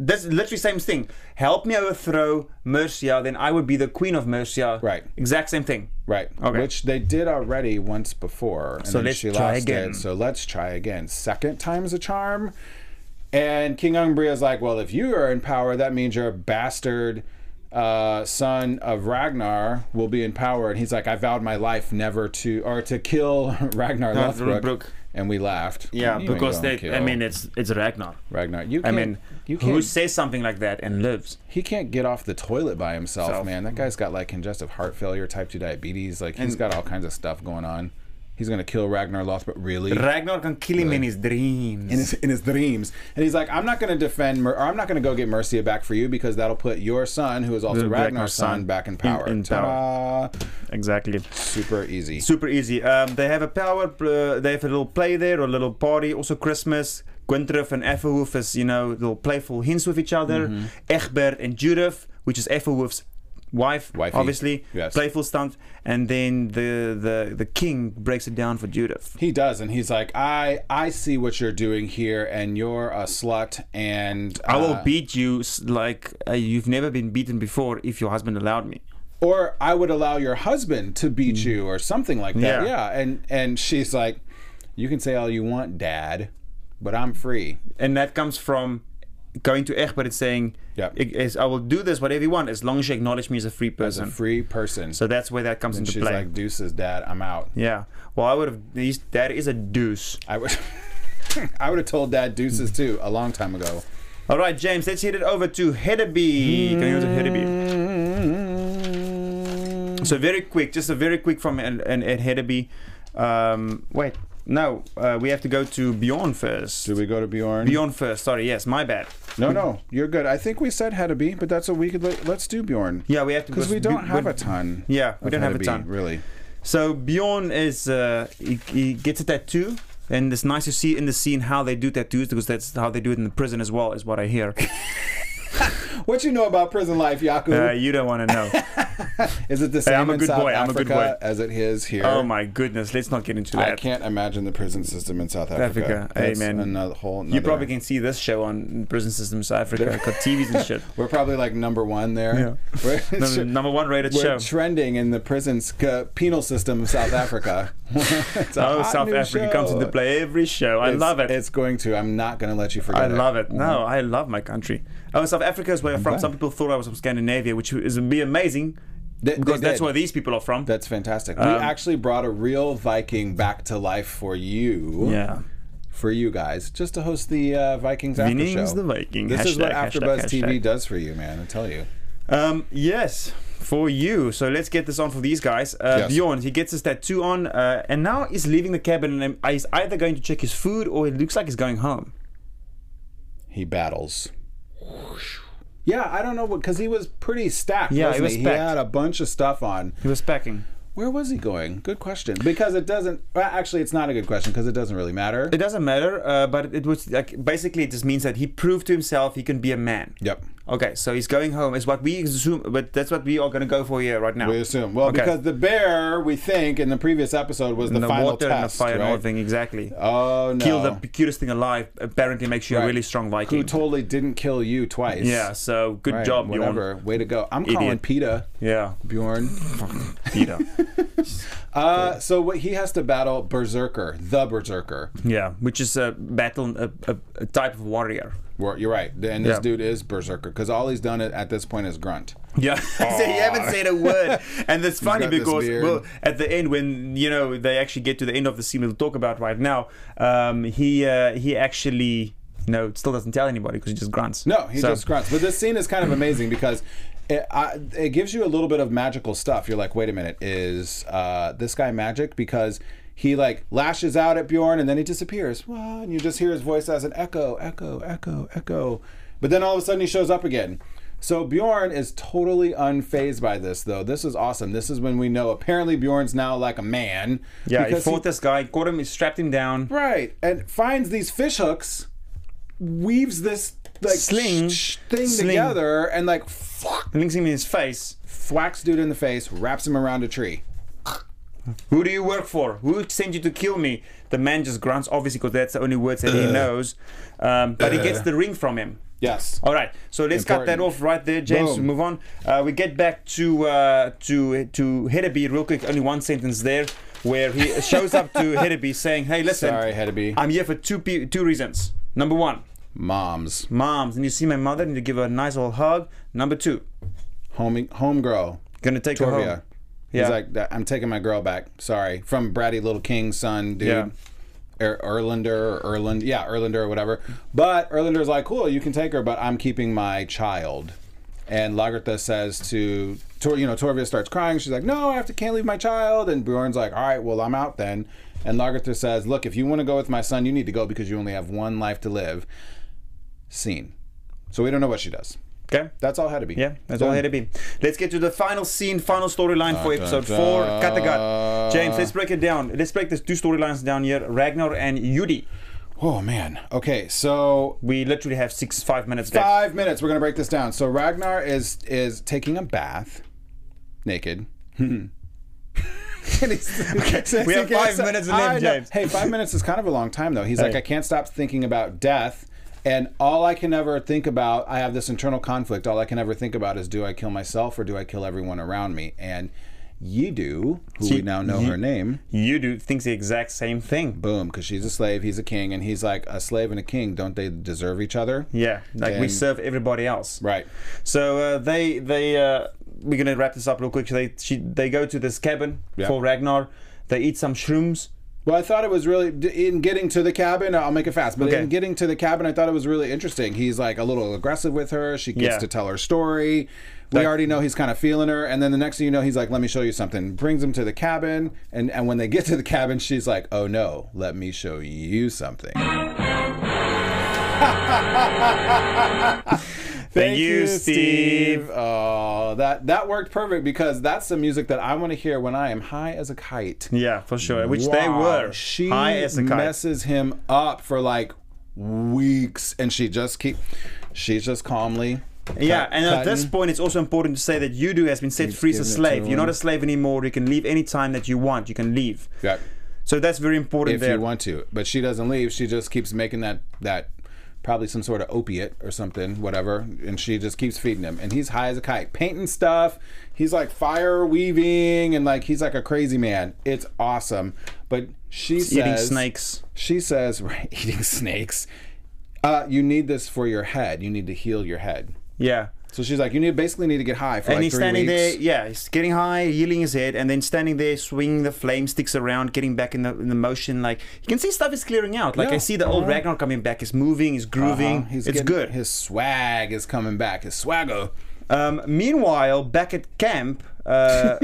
[SPEAKER 1] that's literally same thing. Help me overthrow Mercia, then I would be the queen of Mercia.
[SPEAKER 3] Right.
[SPEAKER 1] Exact same thing.
[SPEAKER 3] Right.
[SPEAKER 1] Okay.
[SPEAKER 3] Which they did already once before. And so
[SPEAKER 1] let's try again.
[SPEAKER 3] So let's try again. Second time's a charm. And King Umbria's like, well, if you are in power, that means your bastard uh, son of Ragnar will be in power. And he's like, I vowed my life never to, or to kill Ragnar Lothbrok.
[SPEAKER 1] Lothbrok.
[SPEAKER 3] And we laughed.
[SPEAKER 1] Yeah,
[SPEAKER 3] You ain't
[SPEAKER 1] because
[SPEAKER 3] gonna
[SPEAKER 1] they, I
[SPEAKER 3] kill
[SPEAKER 1] mean, it's it's Ragnar.
[SPEAKER 3] Ragnar, you
[SPEAKER 1] I
[SPEAKER 3] can't,
[SPEAKER 1] mean,
[SPEAKER 3] you can't,
[SPEAKER 1] who says something like that and lives?
[SPEAKER 3] he can't get off the toilet by himself,
[SPEAKER 1] Self.
[SPEAKER 3] man. That guy's got like congestive heart failure, type 2 diabetes. Like, he's got all kinds of stuff going on. He's going to kill Ragnar Lothbrok, really?
[SPEAKER 1] Ragnar can kill him in his dreams.
[SPEAKER 3] in his, in his dreams. And he's like, I'm not going to defend, Mer- or I'm not going to go get Mercia back for you because that'll put your son, who is also
[SPEAKER 1] The
[SPEAKER 3] Ragnar's
[SPEAKER 1] Ragnar's
[SPEAKER 3] son,
[SPEAKER 1] son,
[SPEAKER 3] back in
[SPEAKER 1] in-
[SPEAKER 3] power.
[SPEAKER 1] in
[SPEAKER 3] Ta-da!
[SPEAKER 1] exactly.
[SPEAKER 3] Super easy.
[SPEAKER 1] Super easy. Um, they have a power. Uh, they have a little play there, a little party. Also Christmas. Gwyntref and Effelhoof is you know little playful hints with each other. Egbert and Judith, which is Effelhoof's wife,
[SPEAKER 3] Wifey.
[SPEAKER 1] obviously
[SPEAKER 3] Yes.
[SPEAKER 1] playful stunt. And then the the the king breaks it down for Judith.
[SPEAKER 3] He does, and he's like, I I see what you're doing here, and you're a slut, and
[SPEAKER 1] I will
[SPEAKER 3] uh,
[SPEAKER 1] beat you s- like uh, you've never been beaten before if your husband allowed me.
[SPEAKER 3] or I would allow your husband to beat you, or something like that.
[SPEAKER 1] Mm. Yeah.
[SPEAKER 3] yeah. And and she's like, you can say all you want, Dad, but I'm free.
[SPEAKER 1] and that comes from going to Egbert and saying,
[SPEAKER 3] Yep.
[SPEAKER 1] "I- is- I will do this whatever you want as long as you acknowledge me as a free
[SPEAKER 3] As a
[SPEAKER 1] person."
[SPEAKER 3] free person.
[SPEAKER 1] so that's where that comes into
[SPEAKER 3] she's
[SPEAKER 1] play.
[SPEAKER 3] like, deuces, Dad, I'm out.
[SPEAKER 1] yeah. Well, I would have. These that is a deuce.
[SPEAKER 3] I would I would have told Dad deuces too a long time ago.
[SPEAKER 1] All right, James. Let's hit it over to Hedeby. Going over to Hedeby.
[SPEAKER 3] Hmm.
[SPEAKER 1] So very quick, just a very quick from and and at Hedeby. Um, wait, no, uh, we have to go to Bjorn first.
[SPEAKER 3] Do we go to Bjorn?
[SPEAKER 1] Bjorn first. Sorry. Yes, my bad.
[SPEAKER 3] No, no, you're good. I think we said Hedeby, but that's what we could. Let, let's do Bjorn.
[SPEAKER 1] Yeah, we have to
[SPEAKER 3] because we don't have a
[SPEAKER 1] it.
[SPEAKER 3] ton.
[SPEAKER 1] Yeah, we
[SPEAKER 3] of
[SPEAKER 1] don't have a
[SPEAKER 3] Hedeby,
[SPEAKER 1] ton.
[SPEAKER 3] really.
[SPEAKER 1] So Bjorn is uh, he, he gets a tattoo, and it's nice to see in the scene how they do tattoos because that's how they do it in the prison as well, is what I hear.
[SPEAKER 3] What you know about prison life, Yaku?
[SPEAKER 1] Uh, you don't want to know.
[SPEAKER 3] is it the same
[SPEAKER 1] I'm a
[SPEAKER 3] in
[SPEAKER 1] good
[SPEAKER 3] South
[SPEAKER 1] boy, I'm a
[SPEAKER 3] Africa
[SPEAKER 1] good boy.
[SPEAKER 3] as it is here?
[SPEAKER 1] oh my goodness, let's not get into
[SPEAKER 3] I
[SPEAKER 1] that.
[SPEAKER 3] can't imagine the prison system in South Africa.
[SPEAKER 1] Africa,
[SPEAKER 3] That's
[SPEAKER 1] amen.
[SPEAKER 3] Another whole.
[SPEAKER 1] You
[SPEAKER 3] nother-
[SPEAKER 1] probably can see this show on Prison System South Africa, got TVs and shit.
[SPEAKER 3] We're probably like number one there.
[SPEAKER 1] Yeah.
[SPEAKER 3] We're,
[SPEAKER 1] Number, number one rated
[SPEAKER 3] we're
[SPEAKER 1] show.
[SPEAKER 3] trending in the prison sc- penal system of South Africa. It's a
[SPEAKER 1] Oh,
[SPEAKER 3] hot
[SPEAKER 1] South
[SPEAKER 3] new
[SPEAKER 1] Africa comes
[SPEAKER 3] show.
[SPEAKER 1] into play every show. I
[SPEAKER 3] It's-
[SPEAKER 1] love it.
[SPEAKER 3] It's Mm-hmm. going to. I'm not going to let you forget
[SPEAKER 1] I
[SPEAKER 3] it.
[SPEAKER 1] love it. No, I love my country. Oh, South Africa is where I'm from. Some people thought I was from Scandinavia, which is would be amazing
[SPEAKER 3] They- they
[SPEAKER 1] because that's
[SPEAKER 3] did.
[SPEAKER 1] where these people are from.
[SPEAKER 3] That's fantastic. we
[SPEAKER 1] Um,
[SPEAKER 3] actually brought a real Viking back to life for you.
[SPEAKER 1] yeah.
[SPEAKER 3] For you guys, just to host the uh, Vikings after
[SPEAKER 1] Meanings
[SPEAKER 3] show.
[SPEAKER 1] the Viking.
[SPEAKER 3] This is
[SPEAKER 1] Hashtag,
[SPEAKER 3] what
[SPEAKER 1] hashtag,
[SPEAKER 3] AfterBuzz TV
[SPEAKER 1] hashtag.
[SPEAKER 3] does for you, man. I tell you.
[SPEAKER 1] Um, yes, for you. So let's get this on for these guys. Uh,
[SPEAKER 3] Yes.
[SPEAKER 1] Bjorn, he gets his tattoo on, uh, and now he's leaving the cabin, and he's either going to check his food or it looks like he's going home.
[SPEAKER 3] He battles. Yeah, I don't know what because he was pretty stacked.
[SPEAKER 1] Yeah, he
[SPEAKER 3] wasn't
[SPEAKER 1] was
[SPEAKER 3] he,
[SPEAKER 1] packed.
[SPEAKER 3] had a bunch of stuff on.
[SPEAKER 1] He was packing.
[SPEAKER 3] Where was he going? Good question. Because it doesn't. Well, actually, it's not a good question because it doesn't really matter.
[SPEAKER 1] It doesn't matter, uh, but it was like basically it just means that he proved to himself he can be a man.
[SPEAKER 3] yep.
[SPEAKER 1] Okay, so he's going home. Is what we assume, but that's what we are going to go for here right now.
[SPEAKER 3] We assume. Well,
[SPEAKER 1] Okay.
[SPEAKER 3] because the bear, we think, in the previous episode was the,
[SPEAKER 1] And the
[SPEAKER 3] final
[SPEAKER 1] water and the
[SPEAKER 3] test,
[SPEAKER 1] fire and all
[SPEAKER 3] right?
[SPEAKER 1] thing exactly.
[SPEAKER 3] Oh no!
[SPEAKER 1] Kill the cutest thing alive apparently makes you
[SPEAKER 3] Right.
[SPEAKER 1] a really strong Viking.
[SPEAKER 3] Who totally didn't kill you twice?
[SPEAKER 1] yeah, so good
[SPEAKER 3] Right,
[SPEAKER 1] job,
[SPEAKER 3] Whatever.
[SPEAKER 1] Bjorn.
[SPEAKER 3] Way to go. I'm calling
[SPEAKER 1] Idiot.
[SPEAKER 3] PETA
[SPEAKER 1] Yeah,
[SPEAKER 3] Bjorn.
[SPEAKER 1] Peter.
[SPEAKER 3] Uh, so what he has to battle Berserker, the Berserker.
[SPEAKER 1] Yeah, which is a battle, a, a, a type of warrior.
[SPEAKER 3] Where- You're right. And this
[SPEAKER 1] Yeah.
[SPEAKER 3] dude is Berserker because all he's done at- at this point is grunt.
[SPEAKER 1] Yeah, so you haven't said a word, and it's funny
[SPEAKER 3] got this
[SPEAKER 1] because
[SPEAKER 3] beard.
[SPEAKER 1] well, at the end when you know they actually get to the end of the scene we'll talk about right now, um, he uh, he actually no, it still doesn't tell anybody because he just grunts.
[SPEAKER 3] No, he
[SPEAKER 1] So-
[SPEAKER 3] just grunts. But this scene is kind of amazing because it, I, it gives you a little bit of magical stuff. You're like, wait a minute, is uh, this guy magic? Because he like lashes out at Bjorn and then he disappears. Wow, and you just hear his voice as an echo, echo, echo, echo. But then all of a sudden he shows up again. So Bjorn is totally unfazed by this, though. This is awesome. This is when we know apparently Bjorn's now like a man.
[SPEAKER 1] Yeah, he
[SPEAKER 3] because
[SPEAKER 1] fought this guy, caught him, he strapped him down.
[SPEAKER 3] Right, and finds these fish hooks, weaves this like
[SPEAKER 1] Sling.
[SPEAKER 3] sh- thing
[SPEAKER 1] Sling.
[SPEAKER 3] together, and like fuck,
[SPEAKER 1] Links him in his face.
[SPEAKER 3] thwacks dude in the face, wraps him around a tree.
[SPEAKER 1] Who do you work for? Who sent you to kill me? The man just grunts, obviously, because that's the only words that
[SPEAKER 3] Uh.
[SPEAKER 1] he knows. Um, but he gets the ring from him.
[SPEAKER 3] Yes.
[SPEAKER 1] All right, so let's cut that
[SPEAKER 3] Important.
[SPEAKER 1] off right there, James.
[SPEAKER 3] Boom.
[SPEAKER 1] We move on. Uh, we get back to uh, to to Hedeby real quick. Only one sentence there, where he shows up to Hedeby saying, "Hey, listen,
[SPEAKER 3] Sorry, had to be
[SPEAKER 1] I'm here for two pe- two reasons. Number one,
[SPEAKER 3] moms,
[SPEAKER 1] moms, and you see my mother, and you give her a nice old hug. Number two,
[SPEAKER 3] homie, homegirl,
[SPEAKER 1] gonna take her home.
[SPEAKER 3] Torvia.
[SPEAKER 1] Oh, Yeah.
[SPEAKER 3] He's like, "That- I'm taking my girl back. Sorry, from Braddy Little King's son, dude.
[SPEAKER 1] Yeah.
[SPEAKER 3] Er- Erlander or Erland, yeah, Erlander or whatever. But Erlander's like, cool, you can take her, but I'm keeping my child. And Lagertha says to, Tor, you know, Torvia starts crying. She's like, no, I have to, can't leave my child. And Bjorn's like, all right, well, I'm out then. And Lagertha says, look, if you want to go with my son, you need to go because you only have one life to live. Scene. So we don't know what she does.
[SPEAKER 1] Okay.
[SPEAKER 3] That's all had to be.
[SPEAKER 1] Yeah, that's all it had been. Let's get to the final scene, final storyline for
[SPEAKER 3] Dun,
[SPEAKER 1] episode
[SPEAKER 3] dun,
[SPEAKER 1] four.
[SPEAKER 3] dun.
[SPEAKER 1] Katagat. James, let's break it down. Let's break these two storylines down here. Ragnar and Yudi.
[SPEAKER 3] Oh, man. Okay, so
[SPEAKER 1] We literally have six, five minutes left.
[SPEAKER 3] five minutes. We're gonna break this down. So Ragnar is is taking a bath, naked. Hmm. And he's-
[SPEAKER 1] we have five minutes left,
[SPEAKER 3] I know.
[SPEAKER 1] James.
[SPEAKER 3] Hey, five minutes is kind of a long time though. He's like,
[SPEAKER 1] Hey.
[SPEAKER 3] I can't stop thinking about death, and all I can ever think about, I have this internal conflict. All I can ever think about is, do I kill myself or do I kill everyone around me? And Yidu, who
[SPEAKER 1] See,
[SPEAKER 3] we now know
[SPEAKER 1] Yi-
[SPEAKER 3] her name,
[SPEAKER 1] Yudi thinks the exact same thing.
[SPEAKER 3] boom, because she's a slave, he's a king, and he's like, a slave and a king, don't they deserve each other?
[SPEAKER 1] Yeah, like we
[SPEAKER 3] Then-
[SPEAKER 1] serve everybody else.
[SPEAKER 3] Right.
[SPEAKER 1] So uh, they they uh, we're gonna wrap this up real quick. They she, they go to this cabin
[SPEAKER 3] Yeah.
[SPEAKER 1] for Ragnar. They eat some shrooms.
[SPEAKER 3] Well, I thought it was really d- in getting to the cabin. I'll make it fast, but
[SPEAKER 1] Okay.
[SPEAKER 3] in getting to the cabin, I thought it was really interesting. He's like a little aggressive with her. She gets
[SPEAKER 1] Yeah.
[SPEAKER 3] to tell her story. We
[SPEAKER 1] That-
[SPEAKER 3] already know he's kind of feeling her, and then the next thing you know, he's like, "Let me show you something." Brings him to the cabin, and and when they get to the cabin, she's like, "Oh no, let me show you something." Thank
[SPEAKER 1] you, Steve.
[SPEAKER 3] Oh, that that worked perfect because that's the music that I want to hear when I am high as a kite.
[SPEAKER 1] Yeah, for sure. Which
[SPEAKER 3] Wow,
[SPEAKER 1] they were.
[SPEAKER 3] She
[SPEAKER 1] high as a kite.
[SPEAKER 3] messes him up for like weeks, and she just keep. She's just calmly.
[SPEAKER 1] Yeah,
[SPEAKER 3] cut-
[SPEAKER 1] and at this
[SPEAKER 3] cutting.
[SPEAKER 1] point, it's also important to say that Yudu has been set free as a
[SPEAKER 3] given it to
[SPEAKER 1] slave. You're
[SPEAKER 3] him.
[SPEAKER 1] not a slave anymore. You can leave any time that you want. You can leave.
[SPEAKER 3] Yeah,
[SPEAKER 1] So that's very important
[SPEAKER 3] if
[SPEAKER 1] there.
[SPEAKER 3] you want to, but she doesn't leave. She just keeps making that that probably some sort of opiate or something, whatever, and she just keeps feeding him, and he's high as a kite, painting stuff. He's like fire weaving, and like he's like a crazy man. It's awesome, but she
[SPEAKER 1] Eating
[SPEAKER 3] says
[SPEAKER 1] snakes.
[SPEAKER 3] She says, right, eating snakes. Uh, you need this for your head. You need to heal your head.
[SPEAKER 1] Yeah.
[SPEAKER 3] So she's like, you need basically need to get high for
[SPEAKER 1] And
[SPEAKER 3] like
[SPEAKER 1] he's
[SPEAKER 3] three
[SPEAKER 1] standing
[SPEAKER 3] weeks.
[SPEAKER 1] there, yeah, he's getting high, healing his head, and then standing there, swinging the flame sticks around, getting back in the, in the motion. Like you can see stuff is clearing out. Like I
[SPEAKER 3] Yeah.
[SPEAKER 1] see the old Ragnar coming back. He's moving, he's grooving.
[SPEAKER 3] Uh-huh. He's
[SPEAKER 1] it's
[SPEAKER 3] getting-
[SPEAKER 1] good.
[SPEAKER 3] His swag is coming back. His swagger.
[SPEAKER 1] Um, meanwhile, back at camp, uh,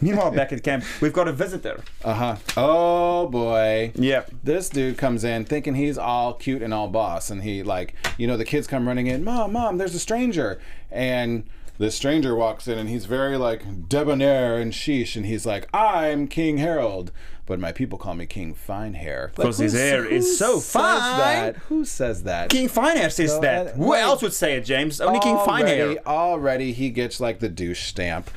[SPEAKER 1] meanwhile back at camp, we've got a visitor.
[SPEAKER 3] Uh huh. Oh boy.
[SPEAKER 1] Yep.
[SPEAKER 3] This dude comes in thinking he's all cute and all boss, and he like, you know, the kids come running in, mom, mom, there's a stranger, and this stranger walks in, and he's very like debonair and sheesh, and he's like, I'm King Harold, but my people call me King Fine Hair
[SPEAKER 1] Because his hair is so fine.
[SPEAKER 3] That? Who says that?
[SPEAKER 1] King Finehair says
[SPEAKER 3] So,
[SPEAKER 1] that.
[SPEAKER 3] and-
[SPEAKER 1] Who
[SPEAKER 3] wait.
[SPEAKER 1] else would say it, James? Only King Finehair.
[SPEAKER 3] already he gets like the douche stamp.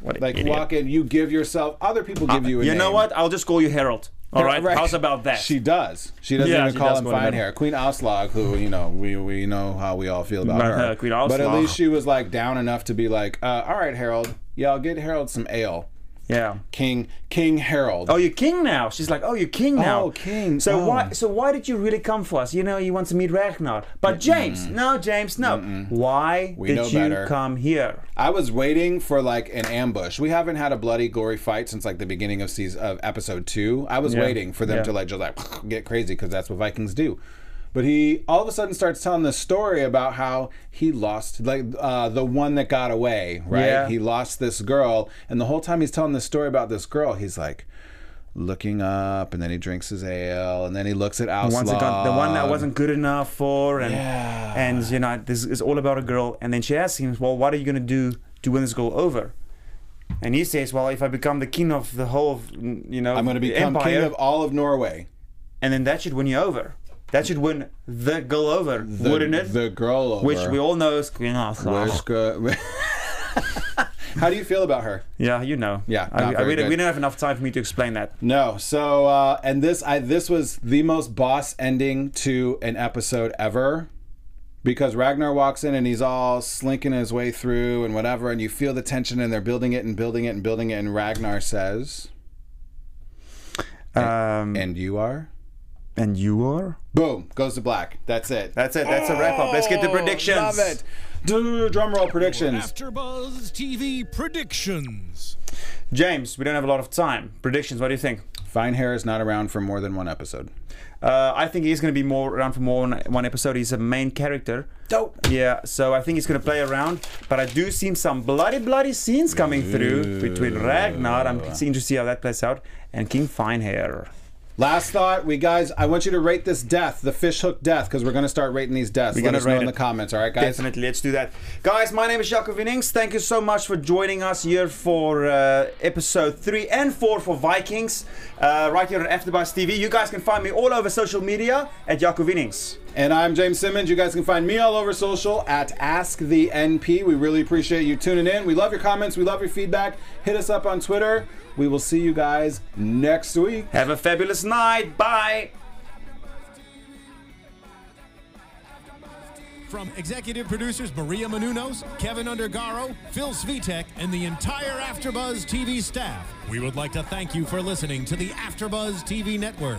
[SPEAKER 1] what an
[SPEAKER 3] like
[SPEAKER 1] idiot. Uh,
[SPEAKER 3] walk in, you give yourself. Other people give you. A
[SPEAKER 1] You know
[SPEAKER 3] name.
[SPEAKER 1] what? I'll just call you Harold. All right. How's about that?
[SPEAKER 3] She does. She doesn't
[SPEAKER 1] Yeah,
[SPEAKER 3] even
[SPEAKER 1] she
[SPEAKER 3] call
[SPEAKER 1] does
[SPEAKER 3] him
[SPEAKER 1] call him
[SPEAKER 3] fine
[SPEAKER 1] that.
[SPEAKER 3] hair. Queen Oslog, who you know, we we know how we all feel about
[SPEAKER 1] About
[SPEAKER 3] her.
[SPEAKER 1] her, uh, Queen
[SPEAKER 3] But at
[SPEAKER 1] Aslog.
[SPEAKER 3] least she was like down enough to be like, uh, all right, Harold, yeah, I'll get Harold some ale.
[SPEAKER 1] yeah.
[SPEAKER 3] King King Harold.
[SPEAKER 1] Oh, you're king now. She's like, oh, you're king now.
[SPEAKER 3] Oh, king.
[SPEAKER 1] So
[SPEAKER 3] Oh.
[SPEAKER 1] why? So why did you really come for us? You know, you want to meet Ragnar. But James, no, James, no. Why did
[SPEAKER 3] know
[SPEAKER 1] you
[SPEAKER 3] better.
[SPEAKER 1] come here?
[SPEAKER 3] I was waiting for like an ambush. We haven't had a bloody, gory fight since like the beginning of season of episode two. I was waiting for them
[SPEAKER 1] Yeah.
[SPEAKER 3] to like just like get crazy because that's what Vikings do. But he all of a sudden starts telling this story about how he lost, like uh, the one that got away, right?
[SPEAKER 1] Yeah.
[SPEAKER 3] He lost this girl, and the whole time he's telling this story about this girl, he's like looking up, and then he drinks his ale, and then he looks at Outlaw.
[SPEAKER 1] Once again, the one that wasn't good enough for, and and you know, this is all about a girl. And then she asks him, "Well, what are you gonna do to win this girl over?" And he says, "Well, if I become the king of the whole, of, you know,
[SPEAKER 3] I'm going to
[SPEAKER 1] the
[SPEAKER 3] become
[SPEAKER 1] empire,
[SPEAKER 3] king of all of Norway.
[SPEAKER 1] and then that should win you over. That should win the girl over,
[SPEAKER 3] The,
[SPEAKER 1] wouldn't it?
[SPEAKER 3] The girl over.
[SPEAKER 1] Which we all know is Queen Elsa.
[SPEAKER 3] Where's go- How do you feel about her?
[SPEAKER 1] Yeah, you know.
[SPEAKER 3] Yeah,
[SPEAKER 1] I,
[SPEAKER 3] not
[SPEAKER 1] I,
[SPEAKER 3] very
[SPEAKER 1] we, don't- we
[SPEAKER 3] good.
[SPEAKER 1] don't have enough time for me to explain that.
[SPEAKER 3] No. So uh, and this I this was the most boss ending to an episode ever. Because Ragnar walks in and he's all slinking his way through and whatever, and you feel the tension and they're building it and building it and building it, and Ragnar says,
[SPEAKER 1] Um,
[SPEAKER 3] And you are?
[SPEAKER 1] and you are.
[SPEAKER 3] Boom, goes to black. That's it.
[SPEAKER 1] That's it. That's a wrap up. Let's get the predictions.
[SPEAKER 3] Love it. Do- Drum roll predictions.
[SPEAKER 2] After Buzz TV predictions.
[SPEAKER 1] James, we don't have a lot of time. Predictions. What do you think?
[SPEAKER 3] Fine hair is not around for more than one episode.
[SPEAKER 1] Uh, I think he's going to be more around for more than one episode. He's a main character.
[SPEAKER 3] Dope.
[SPEAKER 1] Yeah, so I think he's going to play around. But I do see some bloody, bloody scenes coming through between Ragnar. I'm seeing to see how that plays out. And King Finehair.
[SPEAKER 3] Last thought, we guys, I want you to rate this death, the fish hook death, because we're going to start rating these deaths. Let
[SPEAKER 1] gonna
[SPEAKER 3] us know
[SPEAKER 1] rate
[SPEAKER 3] in
[SPEAKER 1] it.
[SPEAKER 3] the comments, all right, guys?
[SPEAKER 1] Definitely, let's do that. Guys, my name is Jaco Vinnings. Thank you so much for joining us here for uh, episode 3 and 4 for Vikings, uh, right here on AfterBuzz TV. You guys can find me all over social media at Jaco Vinnings.
[SPEAKER 3] And I'm James Simmons. You guys can find me all over social at Ask the NP. We really appreciate you tuning in. We love your comments. We love your feedback. Hit us up on Twitter. We will see you guys next week.
[SPEAKER 1] Have a fabulous night. Bye.
[SPEAKER 2] From executive producers Maria Manunos, Kevin Undergaro, Phil Svitek, and the entire Afterbuzz TV staff, we would like to thank you for listening to the Afterbuzz TV network.